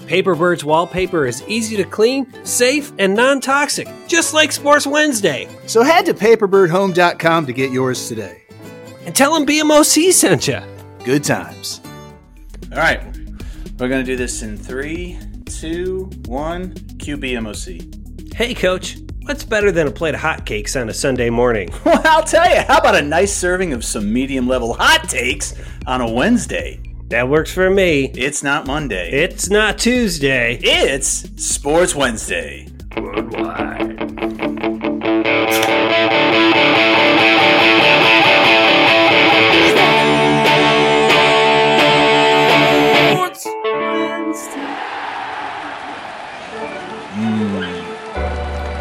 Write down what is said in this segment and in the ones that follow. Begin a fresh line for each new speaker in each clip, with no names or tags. Paperbird's wallpaper is easy to clean, safe, and non toxic, just like Sports Wednesday.
So head to paperbirdhome.com to get yours today.
And tell them BMOC sent you.
Good times.
All right, we're gonna do this in three, two, one. QBMOC.
Hey, Coach, what's better than a plate of hotcakes on a Sunday morning?
Well, I'll tell you. How about a nice serving of some medium level hot takes on a Wednesday?
That works for me.
It's not Monday.
It's not Tuesday.
It's Sports Wednesday.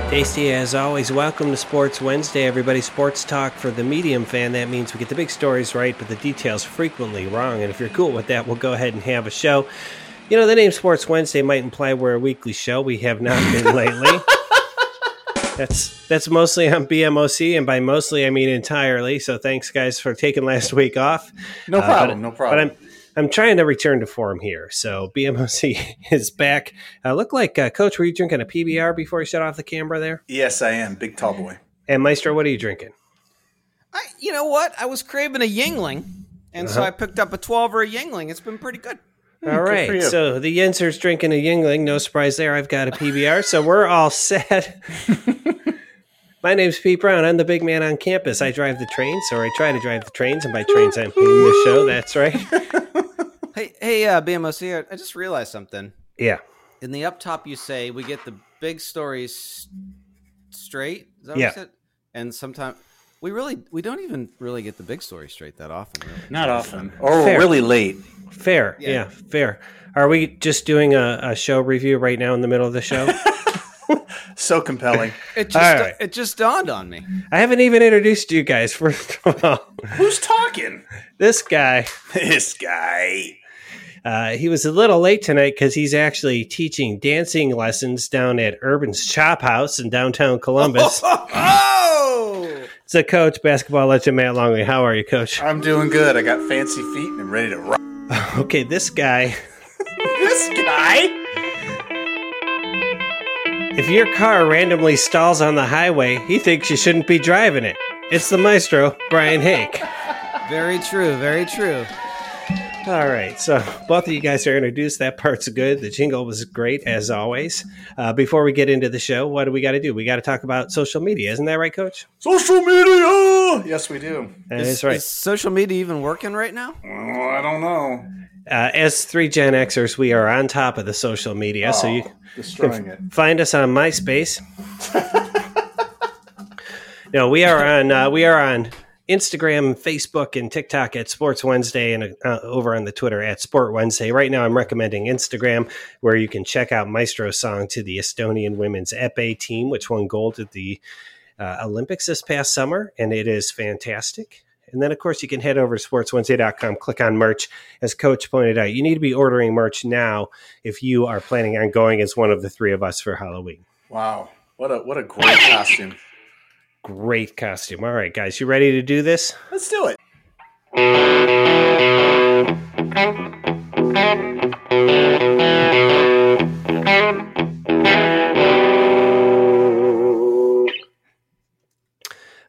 Tasty, as always, welcome to Sports Wednesday, everybody. Sports talk for the medium fan. That means we get the big stories right, but the details frequently wrong. And if you're cool with that, we'll go ahead and have a show. You know, the name Sports Wednesday might imply we're a weekly show. We have not been lately. That's that's mostly on BMOC, and by mostly I mean entirely. So thanks, guys, for taking last week off.
No
Uh,
problem.
but-
no problem.
But I'm I'm trying to return to form here. So BMOC is back. Uh, look like uh, Coach, were you drinking a PBR before you shut off the camera there?
yes, I am. Big tall boy.
And Maestro, what are you drinking?
I, you know what? I was craving a Yingling, and
Uh-huh.
so I picked up a twelve or a Yingling. It's been pretty good.
All
for
right.
you.
So the Yenser's drinking a Yingling. No surprise there. I've got a PBR. so we're all set. My name's Pete Brown. I'm the big man on campus. I drive the trains, or I try to drive the trains, and by trains, I'm meaning the show. That's right.
Hey, hey, uh, BMOC, I, I just realized something.
Yeah.
In the up top, you say we get the big stories s- straight. Is that what
Yeah.
you said? And sometimes we really we don't even really get the big story straight that often. Really.
Not often. Or
Fair.
we're really late.
Fair. Yeah.
Yeah.
fair. Are we just doing a, a show review right now in the middle of the show?
So compelling.
It just
All right.
it just dawned on me.
I haven't even introduced you guys. First of all,
Who's talking?
this guy.
This guy.
Uh, he was a little late tonight because he's actually teaching dancing lessons down at Urban's Chop House in downtown Columbus.
Oh,
It's a coach, basketball legend Matt Longley. How are you, coach?
I'm doing good. I got fancy feet and I'm ready to rock.
Okay, this guy.
This guy.
If your car randomly stalls on the highway, he thinks you shouldn't be driving it. It's the maestro, Brian Hake.
very true, very true.
All right, so both of you guys are introduced. That part's good. The jingle was great, as always. Uh, before we get into the show, what do we got to do? We got to talk about social media. Isn't that right, coach?
Social media. Yes, we do.
That
Is-
is right.
Is social media even working right now?
Well, I don't know.
uh, as three Gen Xers, we are on top of the social media. So you
Destroying it.
find us on MySpace. no, we are on uh, we are on Instagram, Facebook, and TikTok at Sports Wednesday, and uh, over on the Twitter at Sport Wednesday. Right now, I'm recommending Instagram, where you can check out Maestro's song to the Estonian women's epee team, which won gold at the uh, Olympics this past summer, and it is fantastic. And then, of course, you can head over to sportswednesday.com, click on merch. As Coach pointed out, you need to be ordering merch now if you are planning on going as one of the three of us for Halloween.
Wow. What a what a great costume.
Great costume. All right, guys, you ready to do this?
Let's do it.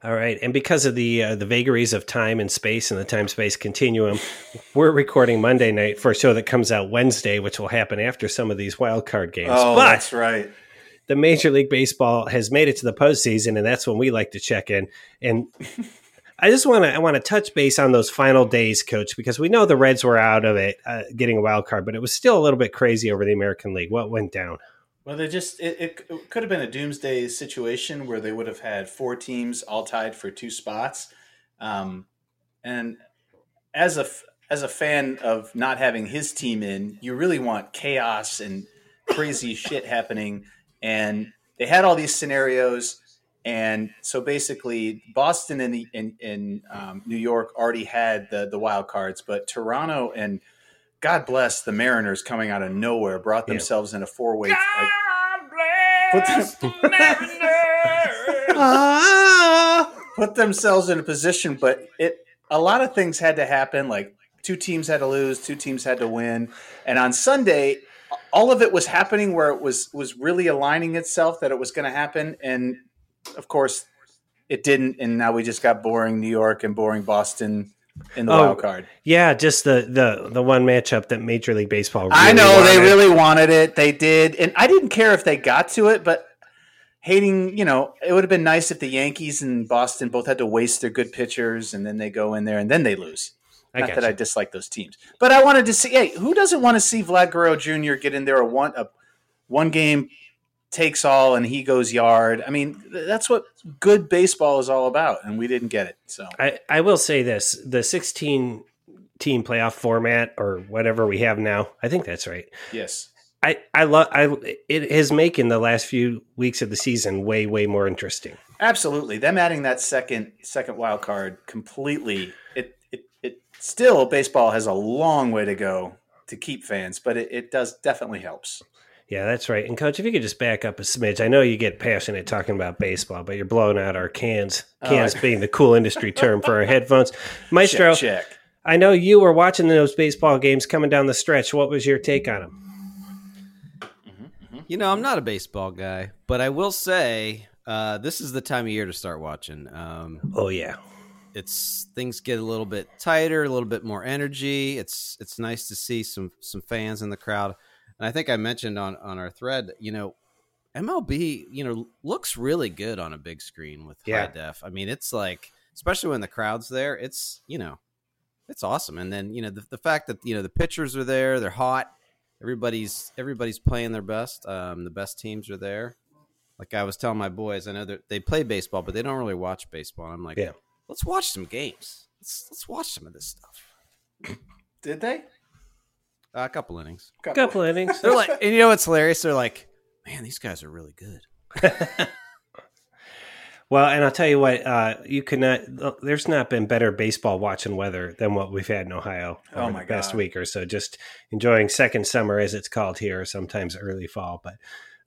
All right, and because of the uh, the vagaries of time and space and the time space continuum, we're recording Monday night for a show that comes out Wednesday, which will happen after some of these wild card games.
Oh,
but
that's right.
the Major League Baseball has made it to the postseason, and that's when we like to check in. And I just want to I want to touch base on those final days, Coach, because we know the Reds were out of it, uh, getting a wild card, but it was still a little bit crazy over the American League. What went down?
Well, they just it, it, it could have been a doomsday situation where they would have had four teams all tied for two spots, um, and as a f- as a fan of not having his team in, you really want chaos and crazy shit happening. And they had all these scenarios, and so basically, Boston and the- and, and um, New York already had the the wild cards, but Toronto and God bless the Mariners coming out of nowhere brought
Yeah.
themselves in a four way. Like, put, them- Ah. put themselves in a position, but it a lot of things had to happen. Like two teams had to lose, two teams had to win, and on Sunday, all of it was happening where it was was really aligning itself that it was going to happen, and of course, it didn't. And now we just got boring New York and boring Boston in the
Oh,
wild card.
Yeah, just the the the one matchup that Major League Baseball. Really
I know they
wanted.
really wanted it. They did, and I didn't care if they got to it, but hating, you know, it would have been nice if the Yankees and Boston both had to waste their good pitchers, and then they go in there and then they lose.
I
Not
got
that
you.
I dislike those teams, but I wanted to see. Hey, who doesn't want to see Vlad Guerrero Jr. get in there a one a one game takes all, and he goes yard? I mean, th- that's what good baseball is all about, and we didn't get it. So
I, I will say this the 16 team playoff format or whatever we have now i think that's right
yes,
i i love i it is making the last few weeks of the season way way more interesting
Absolutely, them adding that second second wild card completely. It it it still baseball has a long way to go to keep fans, but it, it does definitely helps.
yeah that's right and coach if you could just back up a smidge i know you get passionate talking about baseball but you're blowing out our cans
Oh,
cans
I-
being the cool industry term for our headphones maestro
Check, check.
i know you were watching those baseball games coming down the stretch what was your take on them
You know, I'm not a baseball guy, but I will say uh, this is the time of year to start watching. Um,
oh yeah
it's things get a little bit tighter, a little bit more energy. It's it's nice to see some some fans in the crowd, and I think I mentioned on on our thread, you know, MLB, you know, looks really good on a big screen with
Yeah.
high def. I mean, it's like especially when the crowd's there, it's you know, it's awesome. And then you know the the fact that you know the pitchers are there, they're hot. Everybody's everybody's playing their best. Um, the best teams are there. Like I was telling my boys, I know that they play baseball, but they don't really watch baseball. And I'm like,
Yeah.
let's watch some games. Let's let's watch some of this stuff.
Did they?
Uh, a couple innings.
couple innings
They're like, and you know what's hilarious? They're like, man, these guys are really good.
Well, and I'll tell you what, uh, you could not. There's not been better baseball watching weather than what we've had in Ohio
Oh
over
my
the past
God.
week or so. Just enjoying second summer, as it's called here, or sometimes early fall, but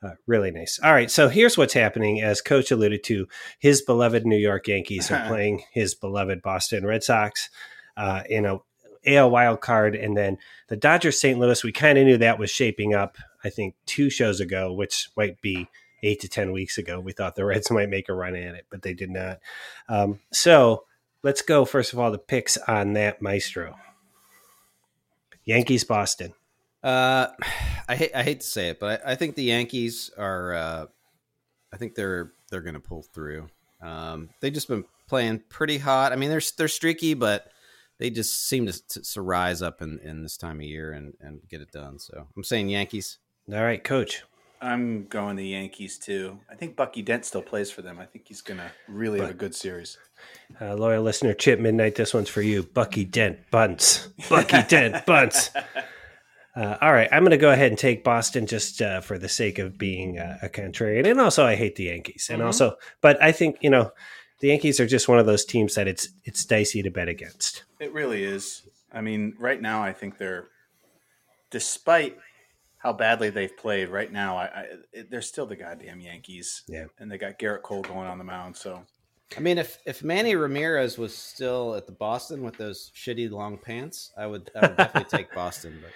uh, really nice. All right, so here's what's happening. As Coach alluded to, his beloved New York Yankees are playing his beloved Boston Red Sox uh, in a AL wild card, and then the Dodgers St. Louis. We kind of knew that was shaping up. I think two shows ago, which might be eight to ten weeks ago. We thought the Reds might make a run at it, but they did not. Um, so let's go first of all the picks on that maestro. Yankees Boston.
Uh, I hate I hate to say it, but I, I think the Yankees are. Uh, I think they're they're going to pull through. Um, they've just been playing pretty hot. I mean, they're they're streaky, but they just seem to, to, to rise up in, in this time of year and, and get it done. So I'm saying Yankees.
All right, coach.
I'm going the Yankees too. I think Bucky Dent still plays for them. I think he's gonna really have a good series.
Uh, loyal listener Chip Midnight, this one's for you. Bucky Dent Bunts. Bucky Dent Bunts. Uh, all right, I'm going to go ahead and take Boston just uh, for the sake of being uh, a contrarian, and also I hate the Yankees, and
Mhm.
also, but I think you know the Yankees are just one of those teams that it's it's dicey to bet against.
It really is. I mean, right now, I think they're, despite how badly they've played, right now, I, I it, they're still the goddamn Yankees.
Yeah.
And they got Garrett Cole going on the mound. So
I mean, if if Manny Ramirez was still at the Boston with those shitty long pants, I would, I would definitely take Boston. But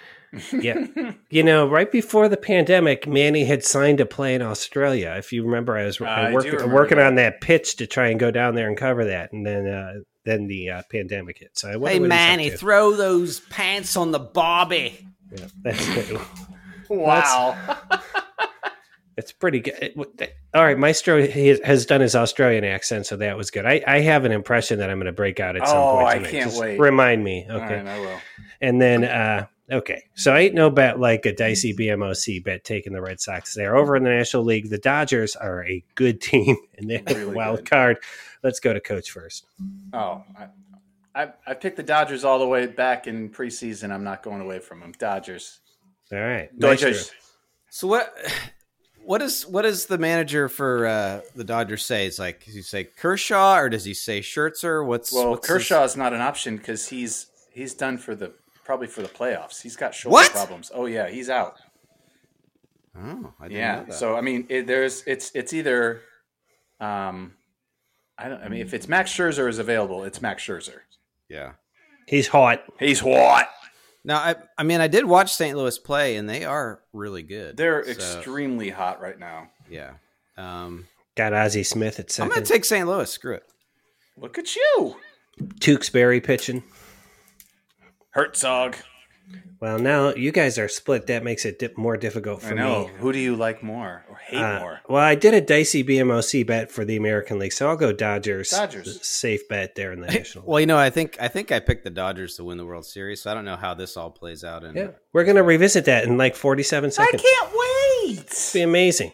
Yeah, you know, right before the pandemic, Manny had signed to play in Australia. If you remember, I was
I
I
do
worked-
remember
working
that.
on that pitch to try and go down there and cover that, and then uh, then the uh, pandemic hit. So I wonder
hey,
what he's up
Manny,
to.
throw those pants on the Bobby.
Yeah, that's good.
wow,
It's pretty good. It- w- th- All right, Maestro h- has done his Australian accent, so that was good. I, I have an impression that I'm going to break out at some
Oh,
point.
I
tonight.
can't
Just
wait.
Remind me,
All
okay?
right, I will.
And then, uh, okay, so ain't no bet like a dicey BMOC bet taking the Red Sox. They're over in the National League. The Dodgers are a good team, and they have a
Really
wild
good.
card. Let's go to Coach first.
Oh, I, I, I picked the Dodgers all the way back in preseason. I'm not going away from them. Dodgers.
All right, Maestro.
Dodgers.
So what? What is what does the manager for uh, the Dodgers say? It's like does he say Kershaw or does he say Scherzer? What's
Well,
what's his-
Kershaw's not an option because he's he's done for the probably for the playoffs. He's got shoulder
What?
problems. Oh yeah, he's out.
Oh, I didn't know
Yeah.
that.
So I mean, it, there's it's it's either, um, I don't. I mean, if
Hmm.
it's Max Scherzer is available, it's Max Scherzer.
yeah.
He's hot.
He's what?
Now I I mean I did watch St. Louis play and they are really good.
They're
So,
extremely hot right now.
Yeah. Um,
Got Ozzie Smith at
I'm
2nd
gonna take St. Louis. Screw it.
Look at you,
Tewksbury pitching.
Herzog.
Well, now you guys are split. That makes it di- more difficult for
I know.
me.
Who do you like more or hate
Uh,
more?
well, I did a dicey BMOC bet for the American League, so I'll go Dodgers.
Dodgers.
safe bet there in the National.
Well, you know I think I think I picked the Dodgers to win the World Series. So I don't know how this all plays out. In,
Yeah, we're gonna revisit that in like forty-seven seconds.
can't
be amazing.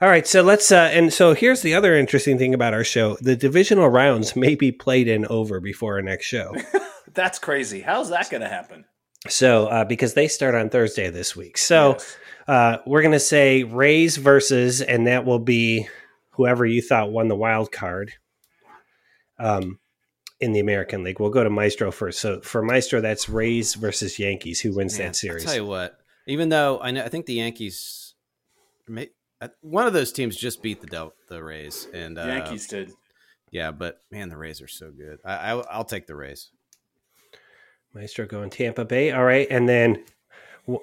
All right, so let's uh, and so here's the other interesting thing about our show: the divisional rounds may be played in over before our next show.
That's crazy. How's that going to happen?
so uh, because they start on Thursday this week, so
Yes.
uh, we're gonna say Rays versus, and that will be whoever you thought won the wild card. Um. In the American League, we'll go to Maestro first. So for Maestro, that's Rays versus Yankees. Who wins
Man,
that series?
I'll tell you what, even though I know, I think the Yankees, may, uh, one of those teams just beat the Del- the Rays, and uh,
The Yankees did.
Yeah, but man, the Rays are so good. I, I I'll take the Rays.
Maestro going Tampa Bay. All right. And then,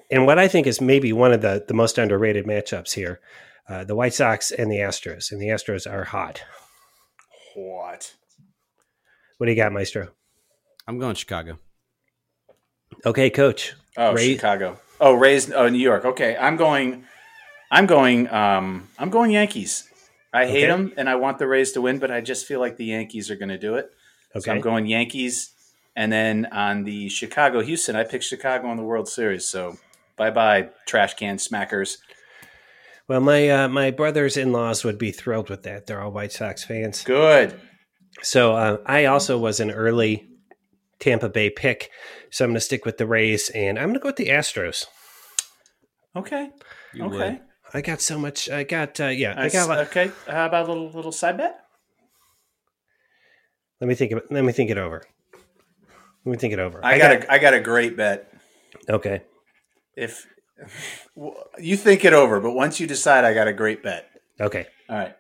and what I think is maybe one of the, the most underrated matchups here uh, the White Sox and the Astros. And the Astros are hot.
What?
What do you got, Maestro?
I'm going Chicago.
Okay, coach.
Oh,
Ray-
Chicago. Oh, Rays. Oh, New York. Okay, I'm going. I'm going. Um, I'm going Yankees. I hate
Okay.
them, and I want the Rays to win, but I just feel like the Yankees are going to do it.
Okay.
So I'm going Yankees, and then on the Chicago Houston, I picked Chicago in the World Series. So bye bye trash can smackers.
well, my uh, my brothers in laws would be thrilled with that. They're all White Sox fans.
Good.
So uh, I
Mm-hmm.
also was an early Tampa Bay pick. So I'm going to stick with the Rays and I'm going to go with the Astros.
Okay.
You
okay.
would.
I got so much. I got, uh, yeah, I
Nice.
got, a lot-
okay. How about a little little side bet?
let me think, of, let me think it over. Let me think it over.
I, got, a I got a great bet.
okay.
If you think it over, but once you decide, I got a great bet.
Okay.
All right.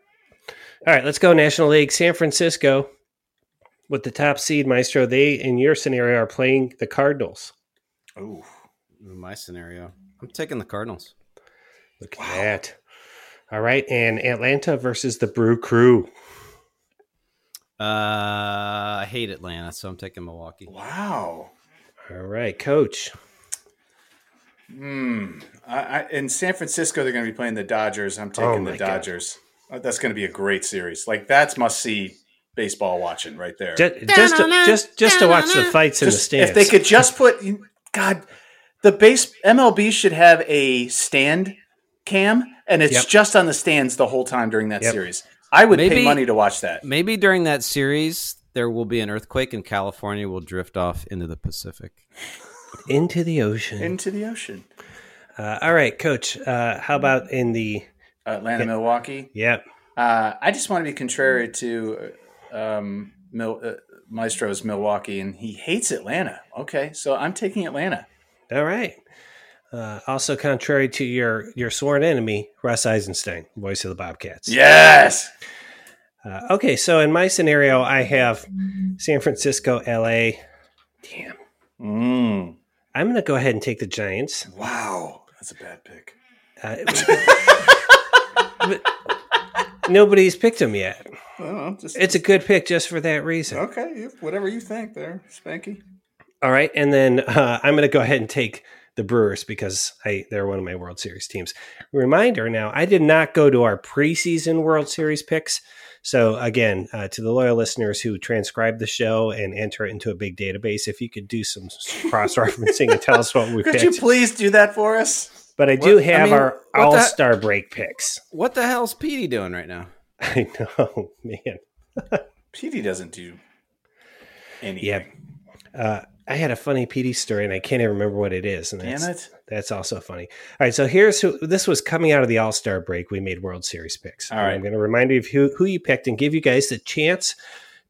All right, let's go National League. San Francisco with the top seed, Maestro. They, in your scenario, are playing the Cardinals.
Ooh.
In my scenario, I'm taking the Cardinals.
Look at that. All right, and Atlanta versus the Brew Crew.
Uh, I hate Atlanta, so I'm taking Milwaukee.
Wow.
All right, coach.
Hmm. I, I, in San Francisco, they're going to be playing the Dodgers. I'm
Oh
taking
my
the
God.
Dodgers. Uh, That's going to be a great series. Like that's must see baseball watching right there.
Just just to, just, just to watch the fights in the
Just-
stands.
if they could just put God, the base MLB should have a stand cam, and it's
Yep.
just on the stands the whole time during that
Yep.
series. I would
Maybe-
pay money to watch that.
Maybe during that series, there will be an earthquake and California will drift off into the Pacific.
Into the ocean.
Into the ocean.
uh, all right, coach. Uh, how about in the.
Atlanta, Milwaukee.
Yep.
Uh, I just want to be contrary
Mm.
to um, Mil- uh, Maestro's Milwaukee, and he hates Atlanta. Okay, so I'm taking Atlanta.
All right. Uh, also, contrary to your, your sworn enemy, Russ Eisenstein, voice of the Bobcats.
Yes.
Uh, okay, so in my scenario, I have San Francisco, LA. Damn.
Mm,
I'm going to go ahead and take the Giants.
wow, that's a bad pick.
Uh, but nobody's picked them yet.
I don't know, just
It's a good pick just for that reason.
okay. Whatever you think, there, Spanky.
All right, and then uh, I'm going to go ahead and take the Brewers because I they're one of my World Series teams. Reminder now, I did not go to our preseason World Series picks. So again, uh, to the loyal listeners who transcribe the show and enter it into a big database, if you could do some cross referencing and tell us what we
Could
picked.
you please do that for us?
but I do
What- I
have
mean,
our
what the-
All Star break picks.
What the hell's Petey doing right now?
I know, man.
Petey doesn't do anything.
Yeah. Uh, I had a funny PD story and I can't even remember what it is. And that's,
Damn it.
that's also funny. All right. So here's who this was coming out of the All Star break. We made World Series picks.
All
And
right.
I'm going to remind you of who, who you picked and give you guys the chance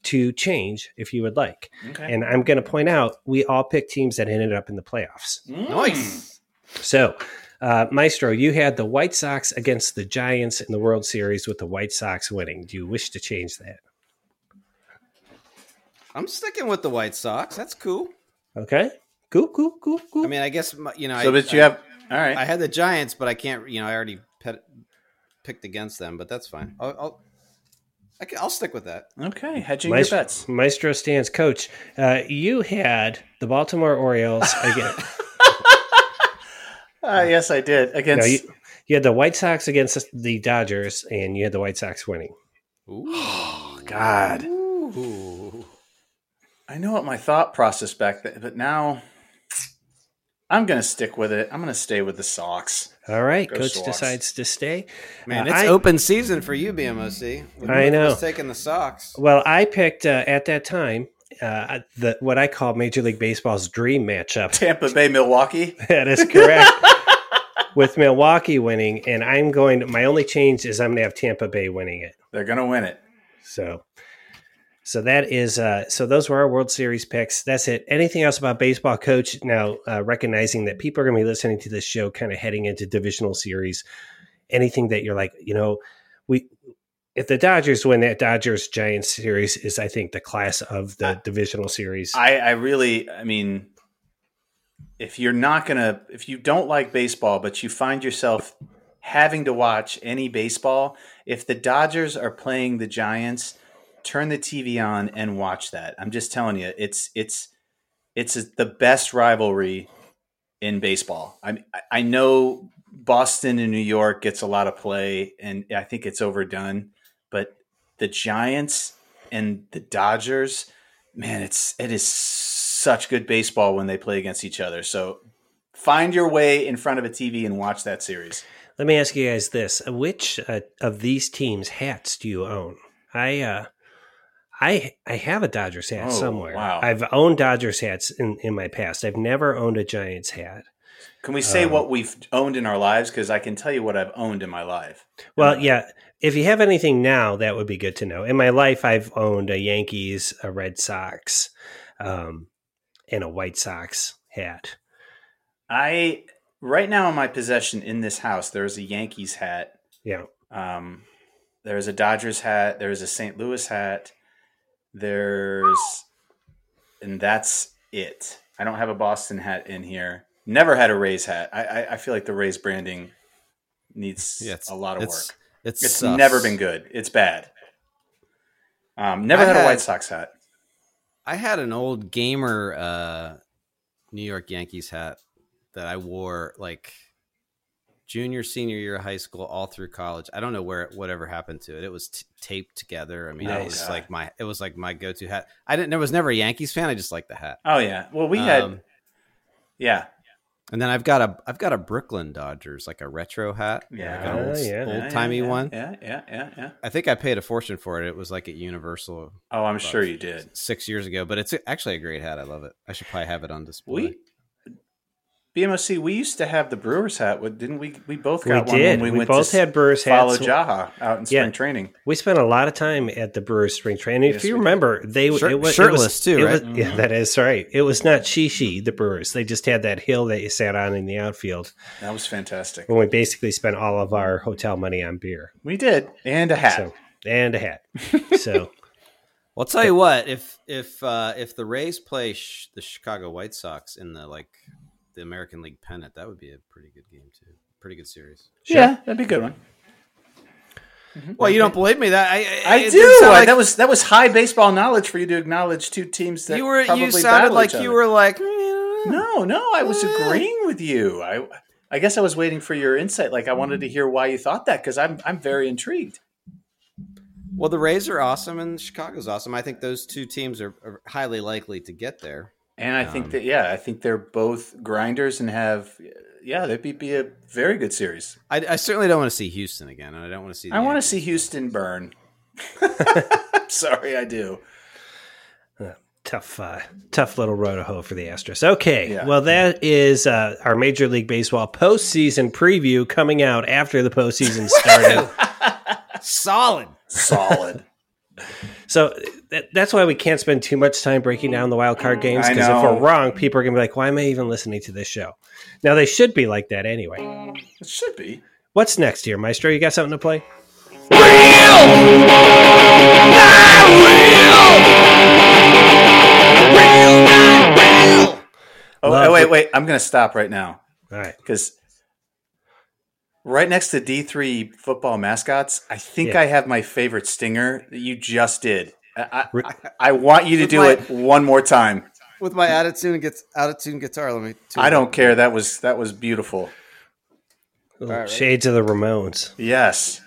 to change if you would like.
Okay.
And I'm going to point out we all picked teams that ended up in the playoffs.
Mm.
Nice.
So, uh, Maestro, you had the White Sox against the Giants in the World Series with the White Sox winning. Do you wish to change that?
I'm sticking with the White Sox. That's cool.
Okay. Cool, cool, cool, cool.
I mean, I guess my, you know.
So,
I,
but you
I-
have all right.
I had the Giants, but I can't. You know, I already pet, picked against them, but that's fine. I'll, I'll, I can, I'll stick with that.
okay, hedging your
Maestro,
bets.
Maestro stands coach. Uh, you had the Baltimore Orioles again.
Uh, yes, I did
no,
against.
you, you had the White Sox against the Dodgers, and you had the White Sox winning.
Ooh.
God,
Ooh.
I know what my thought process back then, but now I'm going to stick with it. I'm going to stay with the socks.
All right,
Go
coach
Sox.
decides to stay.
Man,
Uh,
it's
I-
open season for you, BMOC. With-
I
with
know.
us taking the Sox.
Well, I picked uh, at that time uh, the what I call Major League Baseball's dream matchup.
Tampa Bay, Milwaukee.
That is correct. With Milwaukee winning, and I'm going. my only change is I'm going to have Tampa Bay winning it.
They're going to win it.
So, so that is uh, so those were our World Series picks. That's it. Anything else about baseball, Coach? Now uh, recognizing that people are going to be listening to this show, kind of heading into divisional series. Anything that you're like, you know, we if the Dodgers win that Dodgers Giants series is, I think, the class of the
I-
divisional series.
I, I really, I mean, if you're not gonna, if you don't like baseball, but you find yourself having to watch any baseball, if the Dodgers are playing the Giants, turn the TV on and watch that. I'm just telling you, it's it's it's the best rivalry in baseball. I I know Boston and New York gets a lot of play, and I think it's overdone, but the Giants and the Dodgers man, it's it is such good baseball when they play against each other. So find your way in front of a TV and watch that series.
Let me ask you guys this: Which uh, of these teams' hats do you own? I, uh, I, I have a Dodgers hat
Oh,
somewhere.
wow.
I've owned Dodgers hats in, in my past. I've never owned a Giants hat.
Can we say
Um,
what we've owned in our lives? Because I can tell you what I've owned in my life.
Well,
Um,
yeah. If you have anything now, that would be good to know. In my life, I've owned a Yankees, a Red Sox, um, and a White Sox hat.
I right now in my possession in this house there is a Yankees hat.
Yeah.
Um, there is a Dodgers hat. There is a St. Louis hat. There's, and that's it. I don't have a Boston hat in here. Never had a Rays hat. I I, I feel like the Rays branding needs
Yeah, it's-
a lot of
it's-
work.
It's,
It's never been good. It's bad. Um, never
I
had, a
had-
White Sox hat.
I had an old gamer uh, New York Yankees hat that I wore like junior, senior year of high school, all through college. I don't know where whatever happened to it. It was t- taped together. I mean, it
Nice.
was like my it was like my go to hat. I didn't. There was never a Yankees fan. I just liked the hat.
Oh yeah. Well, we had.
Um,
Yeah.
and then I've got a I've got a Brooklyn Dodgers like a retro hat.
Yeah.
like an old,
Oh, yeah.
timey
yeah, yeah,
one.
Yeah. Yeah. Yeah. Yeah.
I think I paid a fortune for it. It was like at Universal
Oh, I'm sure you did.
six years ago, but it's actually a great hat. I love it. I should probably have it on display.
We BMOC, we used to have the Brewers hat. What didn't we? We both
We
got one
did.
when we,
we
went
both
to
had Brewers
follow
hats.
Jaha out in
Yeah.
spring training.
We spent a lot of time at the Brewers spring training. if
Yes,
you
we did.
remember, they
Shir-
it was
shirtless
it was,
too,
it
right?
was-
Mm-hmm.
Yeah, that is right. It was not Shishi the Brewers. They just had that hill that you sat on in the outfield,
That was fantastic.
and we basically spent all of our hotel money on beer.
We did, and a hat.
So and a hat. So
Well, I'll tell you what. If if uh, if the Rays play sh- the Chicago White Sox in the like the American League pennant, that would be a pretty good game too. Pretty good series.
Yeah, that'd be a good one.
Well, you don't believe me. That I
I do. I- that was that was high baseball knowledge for you to acknowledge two teams that
you were.
Probably
You sounded
battle
like "Mm,
each other.
you were like.
No, no, I was agreeing with you. I I guess I was waiting for your insight. Like I wanted to
Mm.
hear why you thought that because I'm I'm very intrigued.
Well, the Rays are awesome and Chicago's awesome. I think those two teams are, are highly likely to get there.
And I
Um,
think that yeah, I think they're both grinders and have yeah, that'd be, be a very good series.
I, I certainly don't want to see Houston again, and I don't want to see. the
I want to
Yankees.
see Houston burn. I'm sorry, I do.
tough uh, tough little road to hoe for the Astros. Okay,
Yeah.
well that is uh, our Major League Baseball postseason preview coming out after the postseason started.
solid.
Solid.
so that, that's why we can't spend too much time breaking down the wild card games
I
because if
know.
we're wrong, people are gonna be like, "Why am I even listening to this show?" Now they should be like that anyway.
it should be.
What's next here, Maestro? You got something to play?
Oh,
Love
oh, wait,
it.
wait. I'm gonna stop right now
All right.
because right next to D3 football mascots, I think
Yeah.
I have my favorite stinger that you just did. I,
Re-
I, I want you to
With
do
my-
it one more time.
With my attitude and gets attitude guitar. Let me.
I don't care. That was that was beautiful.
Little
right.
Shades of the Ramones.
Yes.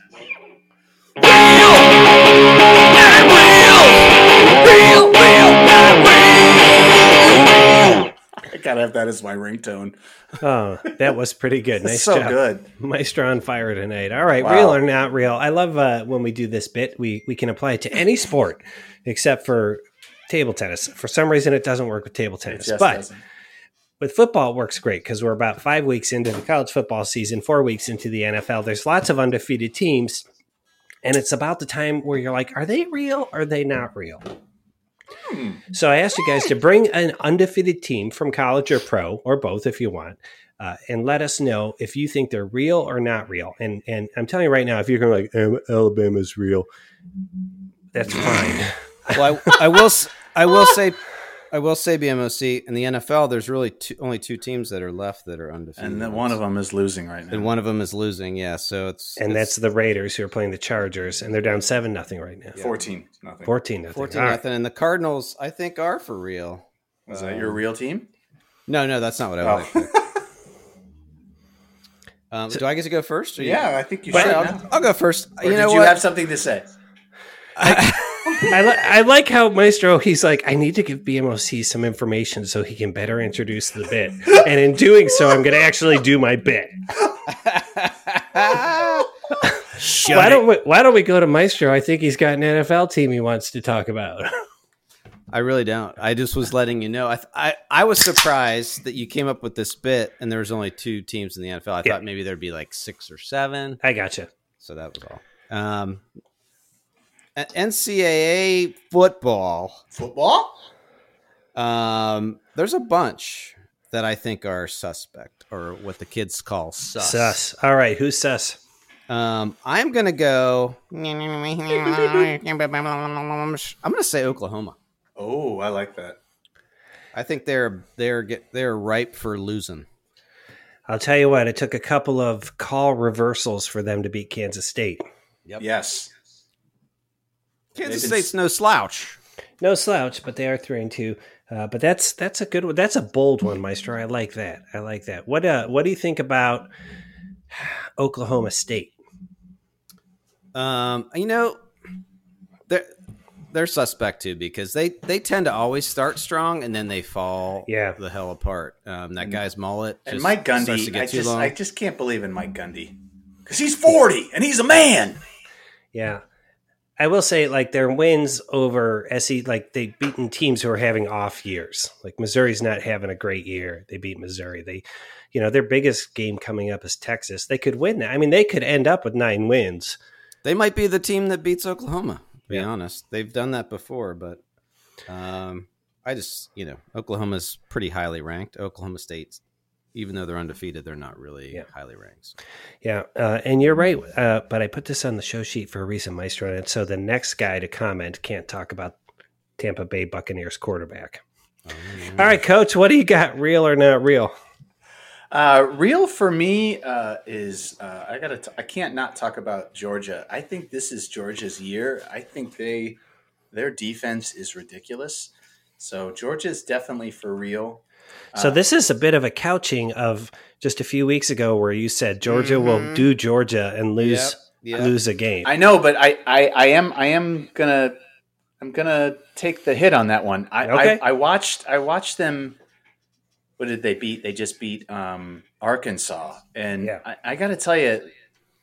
I gotta have that as my ringtone.
Oh, that was pretty good. Nice
It's so
job.
good.
Maestro on fire tonight. All right,
Wow.
real or not real. I love uh, when we do this bit. We we can apply it to any sport except for table tennis. For some reason, it doesn't work with table
It
tennis,
just
but
doesn't.
with football, it works great because we're about five weeks into the college football season, four weeks into the NFL. There's lots of undefeated teams, and it's about the time where you're like, are they real? Are they not real? So I asked you guys to bring an undefeated team from college or pro or both if you want, uh, and let us know if you think they're real or not real. And and I'm telling you right now, if you're going to like "Am- Alabama's real, that's fine.
Well, I, I will. s- I will say. I will say BMOC in the NFL. There's really two, only two teams that are left that are undefeated,
and then one of them is losing right
and
now.
one of them is losing. Yeah, so it's
And
it's
that's the Raiders who are playing the Chargers, and they're down seven nothing right now.
Fourteen, nothing.
Fourteen nothing.
fourteen
All right.
nothing. And the Cardinals, I think, are for real.
Is that your real team?
No, no, that's not what I
Oh.
want. Um, do I get to go first? or you-
yeah, I think you
But-
should.
Sure,
I'll,
now.
I'll go first. um,
Or
you
did
know
you
what?
have something to say?
I, li- I like how Maestro, he's like, I need to give BMOC some information so he can better introduce the bit. And in doing so, I'm going to actually do my bit. Why don't, we, why don't we go to Maestro? I think he's got an NFL team he wants to talk about.
I really don't. I just was letting you know. I, th- I I was surprised that you came up with this bit, and there was only two teams in the NFL. I
Yeah.
thought maybe there'd be like six or seven.
I gotcha.
So that was all. Um, a- NCAA football.
Football?
Um, there's a bunch that I think are suspect, or what the kids call sus.
Sus. All right. Who's Sus?
Um, I'm gonna go. I'm gonna say Oklahoma.
Oh, I like that.
I think they're they're get, they're ripe for losing.
I'll tell you what, it took a couple of call reversals for them to beat Kansas State.
Yep.
Yes.
Kansas
They've been
State's no slouch.
No slouch, but they are three and two. Uh, but that's that's a good one. That's a bold one, Maestro. I like that. I like that. What uh, what do you think about Oklahoma State?
Um, you know, they're they're suspect too because they they tend to always start strong and then they fall
Yeah.
the hell apart. Um, that guy's mullet
And
just
Mike
starts to
Gundy,
get
I
too
just
long.
I just can't believe in Mike Gundy. Because he's 40 and he's a man.
Yeah. I will say, like, their wins over SE, like, they've beaten teams who are having off years. Like, Missouri's not having a great year. They beat Missouri. They, you know, their biggest game coming up is Texas. They could win that. I mean, they could end up with nine wins.
they might be the team that beats Oklahoma. To be
Yeah.
honest, they've done that before, but um, I just you know Oklahoma's pretty highly ranked. Oklahoma State, even though they're undefeated, they're not really
Yeah.
highly ranked. So.
Yeah. Uh, and you're
Mm-hmm.
right. Uh, but I put this on the show sheet for a reason, Maestro. And so the next guy to comment can't talk about Tampa Bay Buccaneers quarterback.
Oh.
All right, coach, what do you got? Real or not real?
Uh, real for me uh, is uh, I gotta t- I can't not talk about Georgia. I think this is Georgia's year. I think they their defense is ridiculous. So Georgia's definitely for real.
So
Uh,
this is a bit of a couching of just a few weeks ago where you said Georgia will
Mhm.
do Georgia and lose
Yep, yep.
lose a game.
Mm-hmm. I know, but I, I, I am I am gonna I'm gonna take the hit on that one. I,
Okay.
I I watched I watched them. What did they beat? They just beat um, Arkansas, and
Yeah.
I, I got to tell you,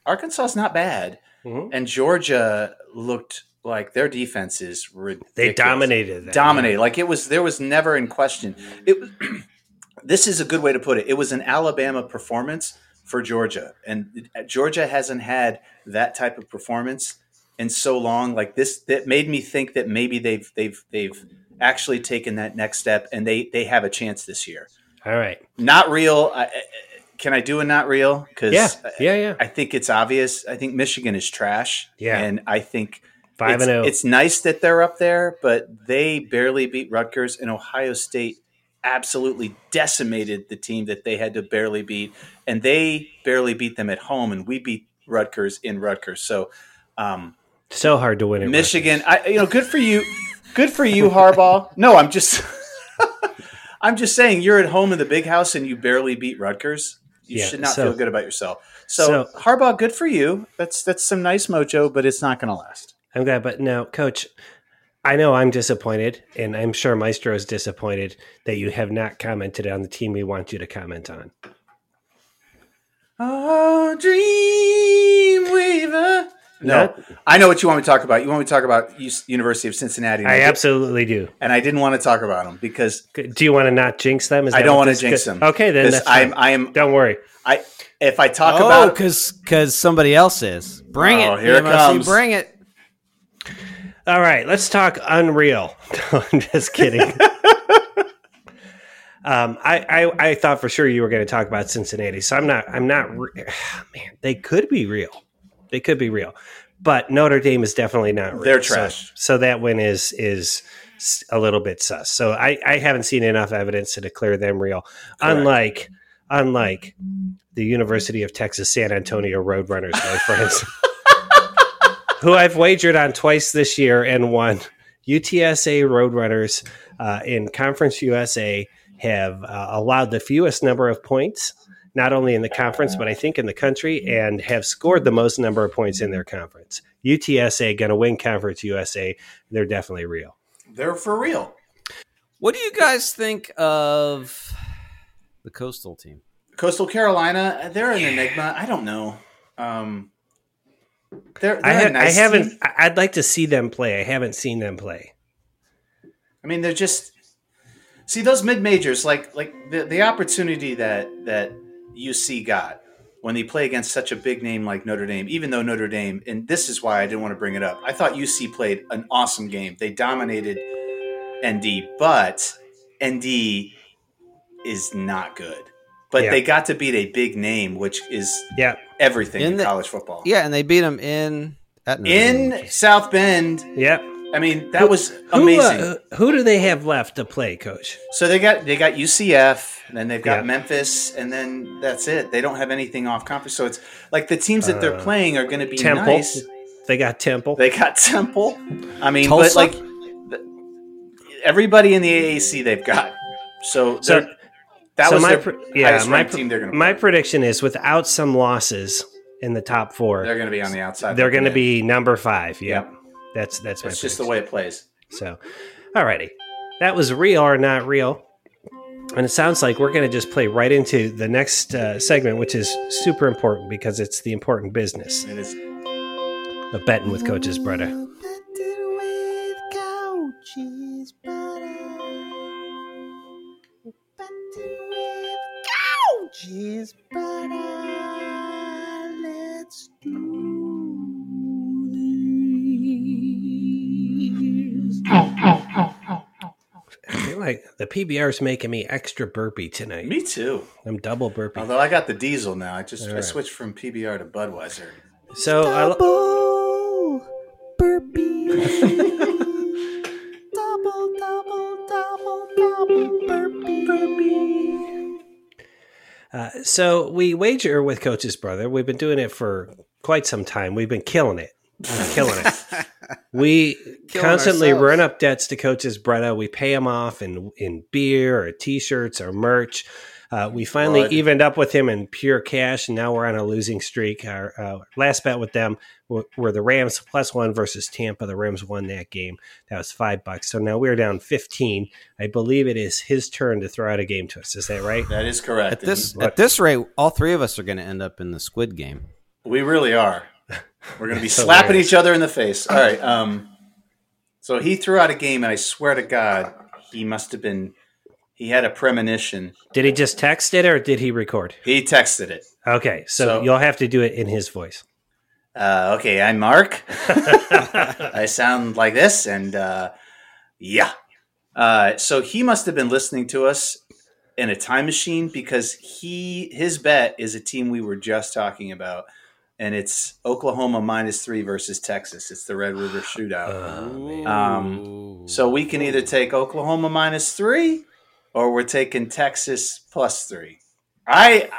Arkansas is not bad,
Mhm.
and Georgia looked like their defense is ridiculous.
They dominated. that.
dominated. Like it was, there was never in question. It was. this is a good way to put it. It was an Alabama performance for Georgia, and Georgia hasn't had that type of performance in so long. Like this, that made me think that maybe they've they've they've actually taken that next step, and they they have a chance this year.
All right.
Not real. I, I- can I do a not real? Because
Yeah. Yeah. Yeah.
I think it's obvious. I think Michigan is trash.
Yeah.
and I think
Five
it's,
and oh. zero.
It's nice that they're up there, but they barely beat Rutgers, and Ohio State absolutely decimated the team that they had to barely beat, and they barely beat them at home, and we beat Rutgers in Rutgers. So, um,
so hard to win. at
Michigan, I you know, good for you, good for you, Harbaugh. No, I'm just, I'm just saying, you're at home in the big house, and you barely beat Rutgers. You
Yeah,
should not
so-
feel good about yourself. So, Harbaugh, good for you. That's that's some nice mojo, but it's not going to last.
I'm glad, but now, Coach, I know I'm disappointed, and I'm sure Maestro is disappointed that you have not commented on the team we want you to comment on.
Oh, Dreamweaver. No,
Not-
I know what you want me to talk about. You want me to talk about U- University of Cincinnati, and
I
I, did,
absolutely do.
and I didn't want to talk about them because
Do you want to not jinx them? Is
I
that
don't
what
want to
this-
jinx them.
Okay, then
'Cause
that's
I'm,
fine.
I am.
don't worry.
I if I talk
oh,
about
because because somebody else is. Bring
Oh,
it.
here it
EMRC,
comes.
Bring it.
All right, let's talk Unreal. No, I'm just kidding. um, I, I I thought for sure you were going to talk about Cincinnati, so I'm not. I'm not. Re- Man, they could be real. They could be real, but Notre Dame is definitely not. Real.
They're
So-
trash.
So, that win is is s- a little bit sus. So I I haven't seen enough evidence to declare them real.
Correct.
Unlike unlike the University of Texas San Antonio Roadrunners, my friends, who I've wagered on twice this year and won. UTSA Roadrunners uh, in Conference USA have uh, allowed the fewest number of points, not only in the conference, but I think in the country, and have scored the most number of points in their conference. UTSA going to win Conference USA. They're definitely real.
they're for real.
What do you guys think of the coastal team?
Coastal Carolina, they're an enigma. I don't know. Um, they're, they're
I,
a
ha-
nice
I haven't.
team.
I- I'd like to see them play. I haven't seen them play.
I mean, they're just see those mid majors like like the, the opportunity that that UC got when they play against such a big name like Notre Dame. Even though Notre Dame, and this is why I didn't want to bring it up. I thought UC played an awesome game. They dominated ND, but ND is not good. But
Yeah.
they got to beat a big name, which is
Yeah,
everything in,
In the-
college football.
Yeah, and they beat them in at Notre Dame, which
In
is-
South Bend,
yeah.
I mean, that was
Who,
amazing.
uh, who do they have left to play, Coach?
So they got they got UCF, and then they've got
Yeah.
Memphis, and then that's it. They don't have anything off conference, so it's like the teams that they're
Uh,
playing are going to be
Temple.
nice.
They got Temple.
They got Temple. I mean,
Tulsa?
but like th- everybody in the AAC, they've got. So,
So-
they're- that
so
was
my
their
pr- yeah,
yeah, highest
my
ranked
pr-
team. They're going to
My prediction is without some losses in the top four, they're,
they're going to be on the outside.
going to
looking in.
be number five. Yeah,
Yep.
that's that's my.
It's just the
prediction.
way it plays.
So, alrighty, that was real or not real, and it sounds like we're going to just play right into the next uh, segment, which is super important because it's the important business
It is.
of betting with coaches, brother. I feel like the PBR's making me extra burpy tonight.
Me too.
I'm double burpy.
Although I got the diesel now, I just
All
I
right.
switched from PBR to Budweiser.
So I, lo-
Double burpee. double, double, double, double burpee.
Uh, so we wager with Coach's brother. We've been doing it for quite some time. We've been killing it, We've been killing it. we
Killing
constantly
ourselves.
run up debts to coaches Bretta. We pay them off in in beer or t-shirts or merch. Uh, we finally
Blood.
evened up with him in pure cash, and now we're on a losing streak. Our uh, last bet with them were, were the Rams plus one versus Tampa. The Rams won that game. That was five bucks. So now we're down fifteen. I believe it is his turn to throw out a game to us. Is that right?
That is correct.
At this
And
at this rate, all three of us are going to end up in the Squid Game.
we really are. We're going to be
That's
slapping
hilarious.
each other in the face. All right. Um, so he threw out a game, and I swear to God, he must have been. He had a premonition.
Did he just text it or did he record?
He texted it.
Okay, so,
So-
you'll have to do it in his voice.
Uh, okay, I'm Mark. I sound like this, and uh, yeah. Uh, so he must have been listening to us in a time machine because he his bet is a team we were just talking about, and it's Oklahoma minus three versus Texas. It's the Red River Shootout.
Oh,
Um, so we can either take Oklahoma minus three, or we're taking Texas plus three. I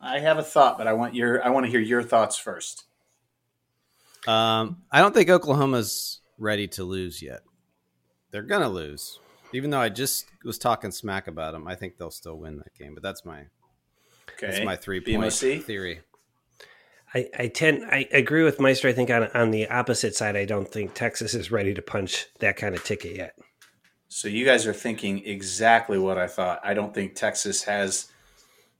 I have a thought, but I want your I want to hear your thoughts first.
Um, I don't think Oklahoma's ready to lose yet. They're going to lose, even though I just was talking smack about them. I think they'll still win that game, but that's my
Okay,
that's my three point
BMOC?
theory.
I, I tend I agree with Meister. I think on on the opposite side, I don't think Texas is ready to punch that kind of ticket yet.
So you guys are thinking exactly what I thought. I don't think Texas has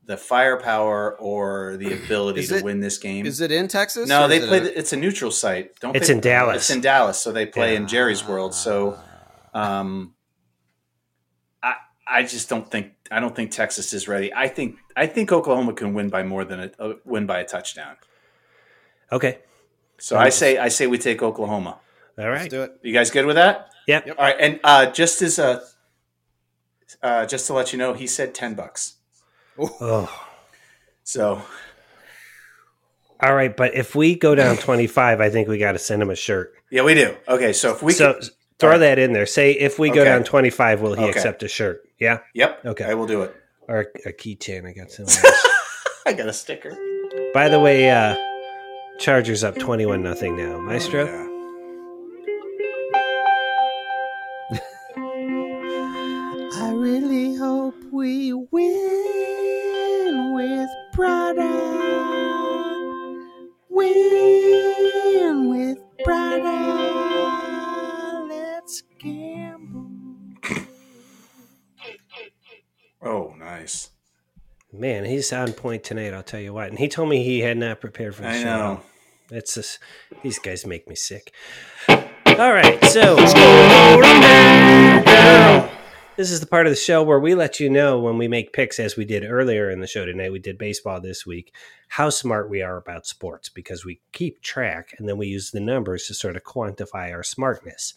the firepower or the ability
Is
to
it-
win this game.
Is it in Texas?
no,
or
they
is it
play.
a-
the- it's a neutral site. Don't
It's
they-
in Dallas.
It's in Dallas, so they play
Yeah.
in Jerry's World. So, um, I I just don't think I don't think Texas is ready. I think I think Oklahoma can win by more than a, uh, win by a touchdown.
Okay,
So I say I say we take Oklahoma.
all
Let's
right.
do it.
You guys good with that?
Yep.
All right, and uh, just as a uh, just to let you know, he said ten bucks.
Oh,
So
all right. But if we go down twenty five, I think we got to send him a shirt.
yeah, we do. Okay, so if we
so
can,
throw
all right.
that in there. Say if we go
Okay.
down twenty five, will he
Okay.
accept a shirt? Yeah,
yep,
Okay.
I will do it.
or a keychain. I got some.
I got a sticker.
By the way, uh, Chargers up twenty one nothing now. Maestro.
I really hope we win with Prada. Win with Prada. Let's gamble.
Oh, nice.
Man, he's on point tonight. I'll tell you what. And he told me he had not prepared for the
I
show.
know.
That's just these guys make me sick. All right, so this is the part of the show where we let you know when we make picks, as we did earlier in the show tonight. We did baseball this week. How smart we are about sports because we keep track and then we use the numbers to sort of quantify our smartness.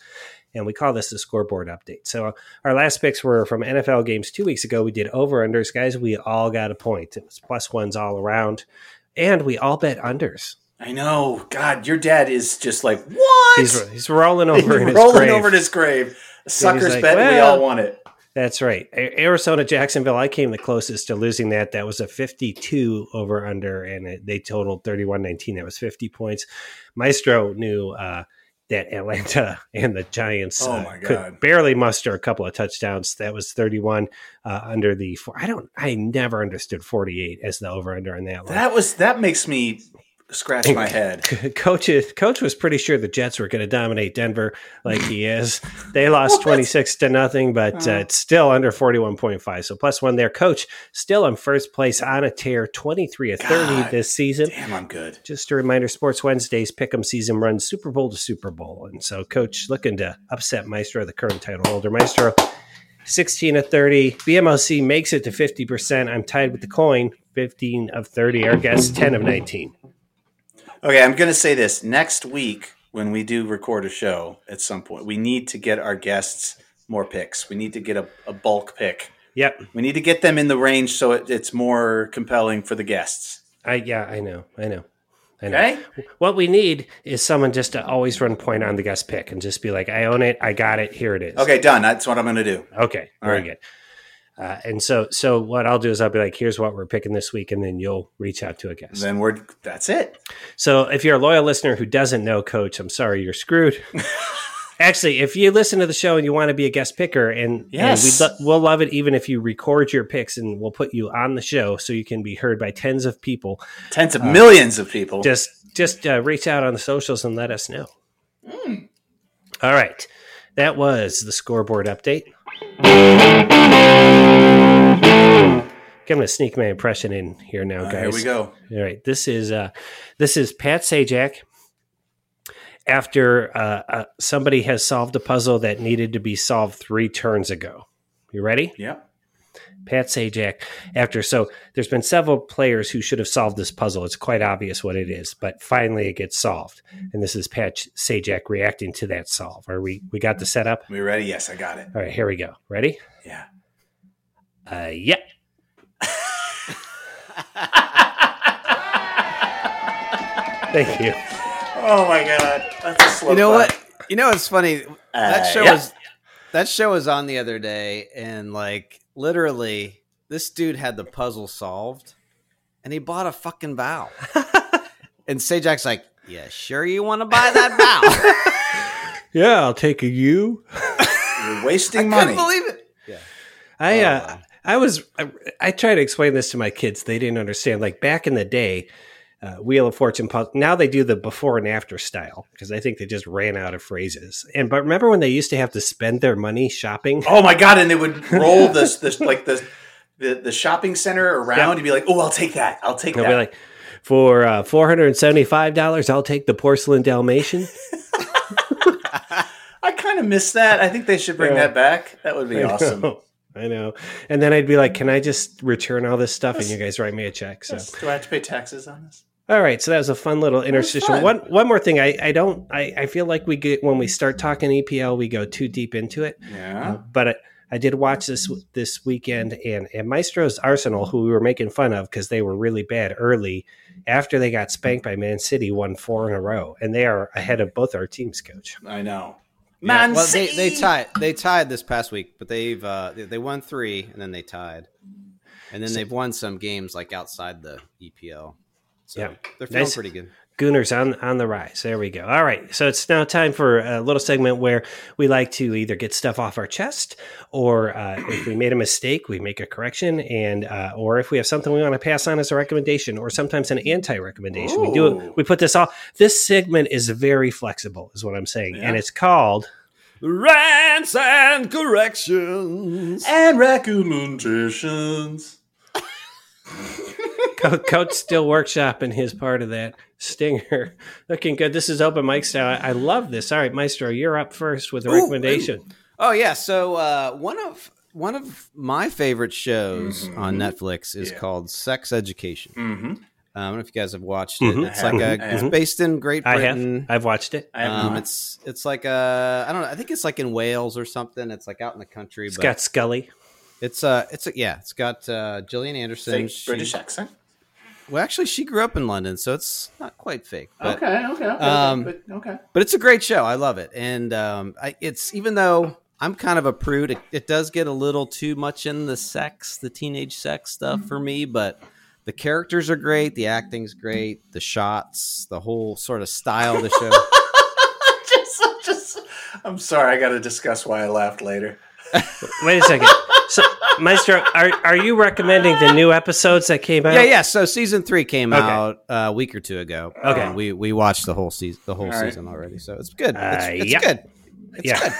And we call this the scoreboard update. So our last picks were from NFL games two weeks ago. We did over unders, guys. We all got a point. It was plus ones all around, and we all bet unders.
I know. God, your dad is just like what?
He's, he's rolling
He's
over in his
rolling
grave.
over in his grave. Suckers
like,
bet we
"Well."
all want it.
That's right. A- Arizona, Jacksonville. I came the closest to losing that. That was a 52 over under, and it, they totaled 31 19. That was 50 points. Maestro knew uh, that Atlanta and the Giants
Oh
uh,
my
could
God.
barely muster a couple of touchdowns. That was 31 uh, under the four. I don't, I never understood 48 as the over under on that one.
That was that makes me scratch my head.
coach coach was pretty sure the Jets were going to dominate Denver like he is. They lost
What?
26 to nothing, but uh,
Oh.
it's still under 41.5. So plus one there. Coach still in first place on a tear, 23 of 30
God
this season.
Damn, I'm good.
Just a reminder, Sports Wednesday's Pick'em season runs Super Bowl to Super Bowl. And so Coach looking to upset Maestro, the current title holder. Maestro, 16 of 30. BMOC makes it to 50%. I'm tied with the coin, 15 of 30. Our guest, 10 of 19.
Okay, I'm gonna say this next week when we do record a show at some point. We need to get our guests more picks. We need to get a, a bulk pick.
Yep.
We need to get them in the range so it, it's more compelling for the guests.
I yeah, I know, I know, I know.
Okay.
What we need is someone just to always run point on the guest pick and just be like, "I own it, I got it, here it is."
Okay, done. That's what I'm gonna do.
okay, very
right.
good. Uh, and so, so what I'll do is I'll be like, here's what we're picking this week, and then you'll reach out to a guest.
Then we're that's it.
So if you're a loyal listener who doesn't know Coach, I'm sorry, you're screwed. Actually, if you listen to the show and you want to be a guest picker, and,
Yes.
and we we'll love it even if you record your picks and we'll put you on the show so you can be heard by tens of people.
Tens of millions of people.
Uh, Just just uh, reach out on the socials and let us know. All right, that was the scoreboard update. Okay, I'm going to sneak my impression in here now,
Uh,
guys.
here we go.
All right. This is uh, this is Pat Sajak. After uh, uh, somebody has solved a puzzle that needed to be solved three turns ago. You ready?
Yep.
Pat Sajak. After so, there's been several players who should have solved this puzzle. It's quite obvious what it is, but finally it gets solved. And this is Pat Sajak reacting to that solve. Are we we got the setup?
We ready? Yes, I got it.
All right, here we go. Ready?
Yeah.
Uh, yeah. Thank you.
Oh my god, that's a slow.
You know
clap.
what? You know what's funny? That
Uh,
show
yeah.
was that show was on the other day, and like literally, this dude had the puzzle solved, and he bought a fucking bow. and Sajak's like, "Yeah, sure, you want to buy that
Yeah, I'll take a U.
You're
bow? I
wasting money.
couldn't believe it."
I
Oh,
uh,
wow.
I was I, I tried to explain this to my kids. They didn't understand. Like back in the day, uh, Wheel of Fortune puzzle. Now they do the before and after style because I think they just ran out of phrases. And but remember when they used to have to spend their money shopping?
oh my god! And they would roll this, this like the the, the shopping center around and be like, "Oh, I'll take that. I'll take
They'll
that."
be like, for uh, four hundred and seventy-five dollars, I'll take the porcelain Dalmatian.
I kind of miss that. I think they should bring
Yeah.
that back. That would be
I
awesome.
know. I know. And then I'd be like, can I just return all this stuff and you guys write me a check? So.
Do I have to pay taxes on this?
All right, so that was a fun little interstitial.
fun.
One one more thing, I, I don't I, I feel like we get when we start talking EPL, we go too deep into it.
Yeah.
But I, I did watch this this weekend, and and Maestro's Arsenal, who we were making fun of because they were really bad early, after they got spanked by Man City, won four in a row, and they are ahead of both our teams, coach.
I know.
Yeah, well, they, they tied. They tied this past week, but they've uh, they, they won three, and then they tied, and then they've won some games like outside the EPL. So
Yeah.
they're feeling
Nice.
pretty good.
Gooners on on the rise. There we go. All right, so it's now time for a little segment where we like to either get stuff off our chest, or uh, if we made a mistake, we make a correction, and uh, or if we have something we want to pass on as a recommendation, or sometimes an anti-recommendation. We do
Ooh.
it. We put this all. This segment is very flexible, is what I'm saying, and
Yeah.
it's called
Rants and corrections.
and recommendations.
Co- Coach Still Workshop and his part of that stinger. Looking good. This is open mic style. I, I love this. All right, Maestro, you're up first with a
Ooh, ooh.
recommendation.
Oh yeah, so uh, one of one of my favorite shows on Netflix is
Mm-hmm. Yeah.
called Sex Education.
Mm-hmm.
Um, I don't know if you guys have watched
Mhm.
it. It's
I
like
have.
a, it's
I have.
based in Great
I have.
Britain.
I've watched it.
I have
Um,
not.
it's it's like a I don't know. I think it's like in Wales or something. It's like out in the country.
It's
but
got Scully.
It's uh, it's a, yeah, it's got uh, Gillian Anderson.
Fake
She-
British accent.
Well, actually, she grew up in London, so it's not quite fake. But,
okay, okay, okay,
um,
but, okay.
but it's a great show. I love it, and um, I, it's even though I'm kind of a prude, it, it does get a little too much in the sex, the teenage sex
Mm-hmm.
stuff for me. But the characters are great, the acting's great, the shots, the whole sort of style of the show.
just, just, I'm sorry. I got to discuss why I laughed later.
Wait a second. So, Maestro, are, are you recommending the new episodes that came out?
yeah, yeah. So season three came
Okay.
out uh, a week or two ago.
Okay.
and we we watched the whole season, the whole
All right.
season already. So it's good. It's,
Uh,
it's
yeah.
good. It's
Yeah.
good.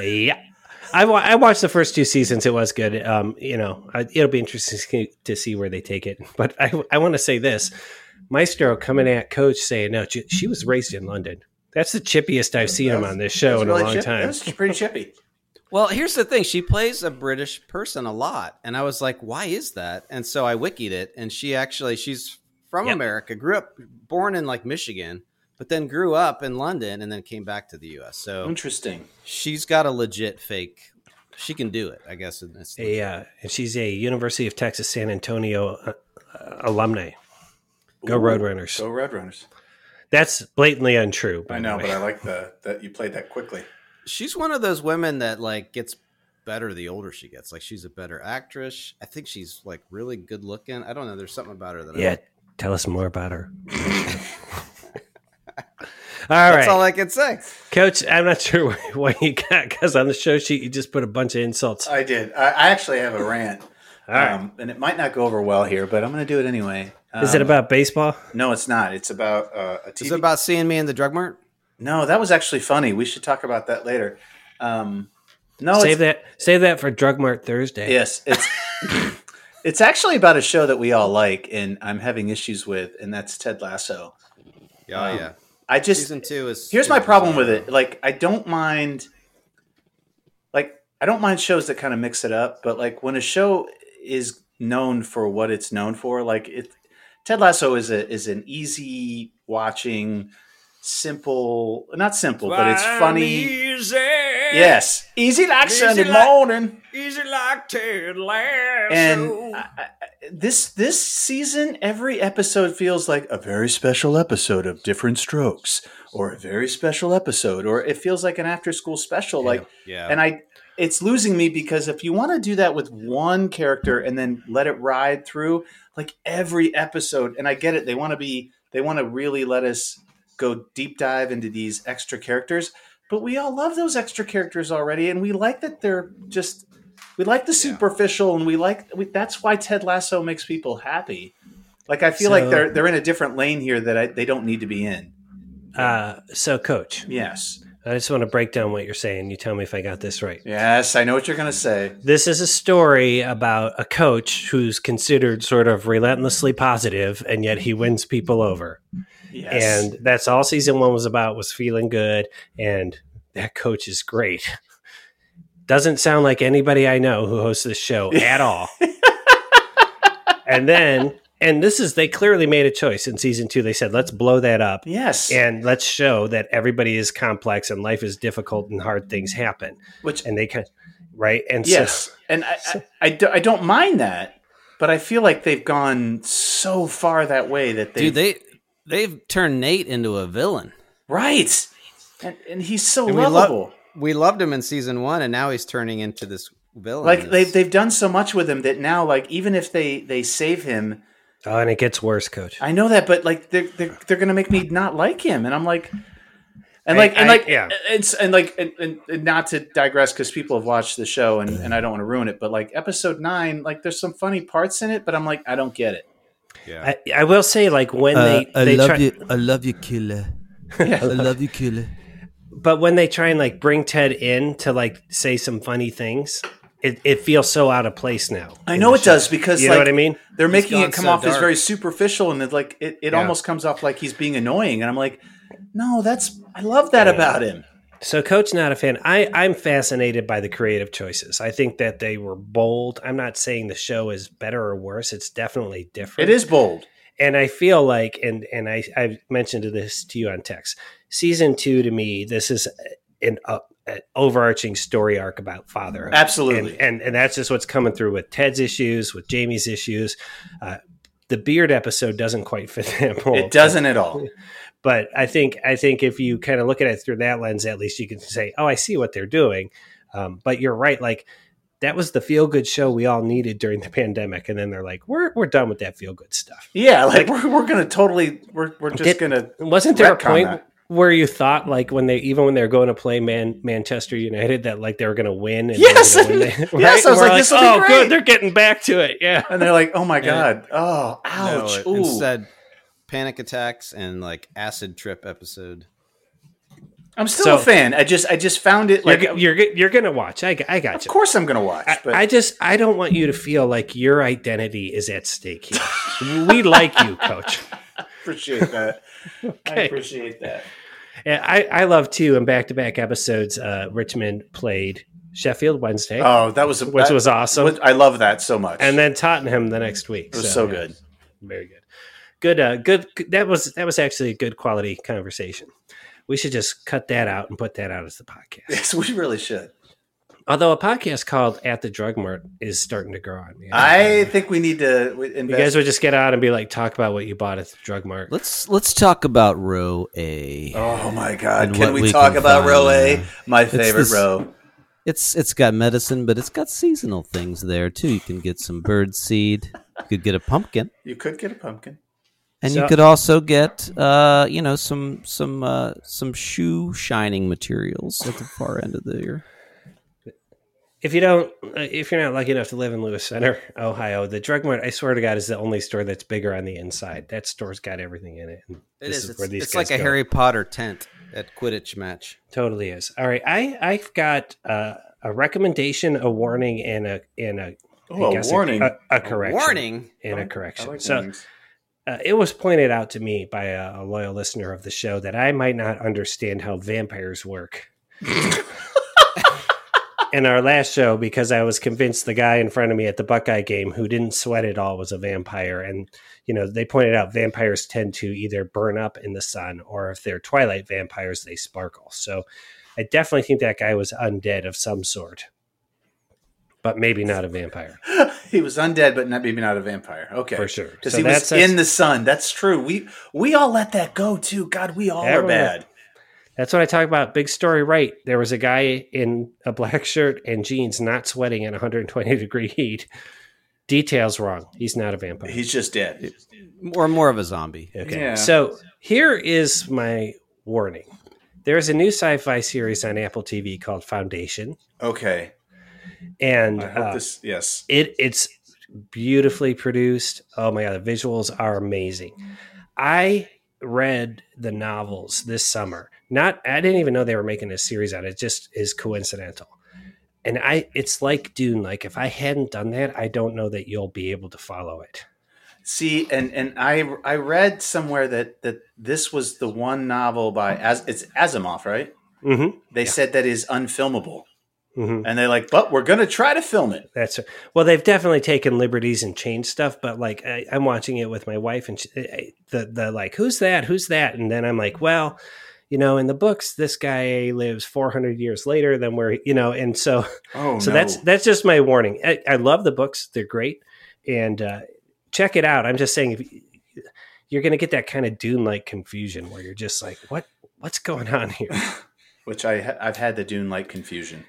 Yeah. I, wa- I watched the first two seasons. It was good. Um, you know, I, it'll be interesting to see- to see where they take it. But I, I want to say this Maestro coming at Coach saying, no, she, she was raised in London. That's the chippiest I've seen him on this show
It's
in
really
a long
chip- It
time.
was pretty chippy.
Well, here's the thing. She plays a British person a lot, and I was like, "Why is that?" And so I wikied it, and she actually she's from
Yep.
America, grew up, born in like Michigan, but then grew up in London, and then came back to the U.S.
Mm.
So
Interesting.
she's got a legit fake. She can do it, I guess. and It's
A, uh, and she's a University of Texas San Antonio uh, uh, alumni. Go
Ooh,
Roadrunners.
Go Roadrunners.
That's blatantly untrue. By
I
the
know,
way.
but I like the that you played that quickly.
she's one of those women that like gets better the older she gets. Like she's a better actress. I think she's like really good looking. I don't know. There's something about her that
Yeah,
I,
tell us more about her. all
that's
right,
all I can say.
Coach. I'm not sure what you got because on the show sheet you just put a bunch of insults. All
I did. I, I actually have a rant,
right,
um, and it might not go over well here, but I'm going to do it anyway.
is it
Um,
about baseball?
No, it's not. It's about uh, a TV.
Is it about seeing me in the drug mart?
no, that was actually funny. We should talk about that later. Um, no, it's-
save that. Save that for Drug Mart Thursday.
Yes, it's it's actually about a show that we all like, and I'm having issues with, and that's Ted Lasso.
Yeah,
Um,
yeah.
I just
Season two is.
here's
is
my problem with
bizarre.
it. Like, I don't mind, like, I don't mind shows that kind of mix it up, but like when a show is known for what it's known for, like it, Ted Lasso is a is an easy watching, simple, not simple, but it's funny.
Easy,
Yes, easy like
Easy
Sunday
like-
morning.
easy like Ted Lasso.
and I, I, this this season every episode feels like a very special episode of different strokes or a very special episode or it feels like an after school special like
Yeah.
and i it's losing me because if you want to do that with one character and then let it ride through like every episode and i get it they want to be they want to really let us go deep dive into these extra characters but we all love those extra characters already and we like that they're just we like the
Yeah.
superficial and we like we, that's why ted lasso makes people happy like i feel
So-
like they're they're in a different lane here that I, they don't need to be in
Uh, so, Coach,
yes
I just want to break down what you're saying. You tell me if I got this right.
yes i know what you're going to say
This is a story about a coach who's considered sort of relentlessly positive, and yet he wins people over.
yes
And that's all season one was about was feeling good, and that coach is great. Doesn't sound like anybody I know who hosts this show at all. and then, and this is they clearly made a choice in season two. They said, let's blow that up
yes
and let's show that everybody is complex and life is difficult and hard things happen
which
and they can right and so
Yes, and I, I, I, do, I don't mind that, but I feel like they've gone so far that way that they,
dude, they they've turned Nate into a villain.
right, and, and he's so
And we love-
lovable.
We loved him in season one, and now he's turning into this villain.
like they've
It's-
they've done so much with him that now, like even if they they save him,
oh and it gets worse coach
I know that, but like they're they're, they're gonna make me not like him, and I'm like. And
I-
like, and
I-
like,
yeah.
it's and like, and, and, and not to digress because people have watched the show, and, and I don't want to ruin it, but like episode nine, like there's some funny parts in it, but I'm like, I don't get it.
yeah.
I, I will say like when they, they try,
Uh, I love you, killer. I love you, killer.
but when they try and like bring ted in to like say some funny things it, it feels so out of place now
I
in
know
the
it
show.
does because
you
like,
know what i mean
they're making
gone
it come
so
off as
dark.
very superficial and it, like it, it
Yeah.
almost comes off like he's being annoying and i'm like no that's i love that about him
So, coach, not a fan. I, I'm fascinated by the creative choices. I think that they were bold. I'm not saying the show is better or worse. It's definitely different.
it is bold
and I feel like, and and I I've mentioned this to you on text. Season two to me, this is an, uh, an overarching story arc about fatherhood.
absolutely
And, and and that's just what's coming through with Ted's issues, with Jamie's issues. Uh, the beard episode doesn't quite fit that mold.
it doesn't at all
but I think I think if you kind of look at it through that lens, at least you can say, "Oh, I see what they're doing." Um, but you're right, like that was the feel good show we all needed during the pandemic, and then they're like, "We're we're done with that feel good stuff."
yeah like we're, we're gonna totally we're, we're just
Did-
gonna
Wasn't there a
Retcon
point
that.
where you thought, like, when they even when they were going to play Man Manchester United, that like they were going to win? And they were
Yes!
gonna win
Yes, I was
We're
like, "This will be
oh,
great."
good, they're getting back to it. Yeah,
and they're like oh my
Yeah.
god oh
No,
ouch
it-
ooh.
instead, panic attacks and like acid trip episode.
i'm still
So-
a fan i just i just found it like
you're
um,
g- you're g- you're gonna watch. I g- I got
of
you.
course i'm gonna watch
I,
but
I just I don't want you to feel like your identity is at stake here. we like you, coach.
appreciate that i
Okay.
appreciate that
And I I love too. In back to back episodes, uh, Richmond played Sheffield Wednesday,
oh that was a
which
that-
was awesome,
i love that so much
and then Tottenham the next week.
it was so
yeah,
good
very good, good, uh, good. good- That was that was actually a good quality conversation. We should just cut that out and put that out as the podcast.
yes we really should
Although a podcast called "At the Drug Mart" is starting to grow on me.
i think we need to we-
you
invest
guys would just get out and be like, talk about what you bought at the drug mart.
Let's let's talk about row A.
Oh my God!
And
Can
what
we,
we
talk
can
about
find
row A?
there.
My favorite
this-
row.
It's it's got medicine, but it's got seasonal things there too. You can get some bird seed. You could get a pumpkin,
You could get a pumpkin.
and
So-
you could also get uh, you know some some uh, some shoe shining materials at the far end of the year.
If you don't, uh, if you're not lucky enough to live in Lewis Center, Ohio, the drug mart, I swear to God, is the only store that's bigger on the inside. That store's got everything in it. and
It is. It's, it's
guys
like a
go.
Harry Potter tent at Quidditch match.
Totally is. All right, I I've got uh, a recommendation, a warning, and a and a
Oh,
I
a
guess
warning.
a, a correction,
Warning. Oh,
and Uh, a
I like- I
correction.
like
so
warnings.
uh, it was pointed out to me by a, a loyal listener of the show that I might not understand how vampires work. in our last show, because I was convinced the guy in front of me at the Buckeye game who didn't sweat at all was a vampire, and you know they pointed out vampires tend to either burn up in the sun or if they're twilight vampires they sparkle. So I definitely think that guy was undead of some sort, but maybe not a vampire
he was undead, but not maybe not a vampire. Okay,
for sure.
because
So
he
that
was
says-
in the sun. That's true. We we all let that go too. God, we all
Everyone-
are bad.
That's what I talk about. Big story, right? There was a guy in a black shirt and jeans not sweating in 120 degree heat. Details wrong. He's not a vampire.
He's just dead.
Or more of a zombie.
okay.
Yeah.
So here is my warning there is a new sci fi series on Apple TV called Foundation.
Okay,
And
I hope
uh,
this. Yes,
it it's beautifully produced. Oh my god, the visuals are amazing. I read the novels this summer. Not I didn't even know they were making a series on it. It just is coincidental. And I it's like Dune. Like if I hadn't done that, I don't know that you'll be able to follow it.
See, and and I I read somewhere that that this was the one novel by as it's Asimov, right?
Mm-hmm.
They
Yeah.
said that is unfilmable,
Mm-hmm.
and they're like, but we're gonna try to film it.
That's well, they've definitely taken liberties and changed stuff, but like I, I'm watching it with my wife, and she, I- the the like, who's that? Who's that? And then I'm like, well, you know, in the books, this guy lives 400 years later than where you know, and so
Oh,
so that's that's just my warning. I, I love the books; they're great, and uh, check it out. I'm just saying, if you- you're going to get that kind of Dune like confusion where you're just like, what what's going on here?
which I ha- I've had the Dune like confusion.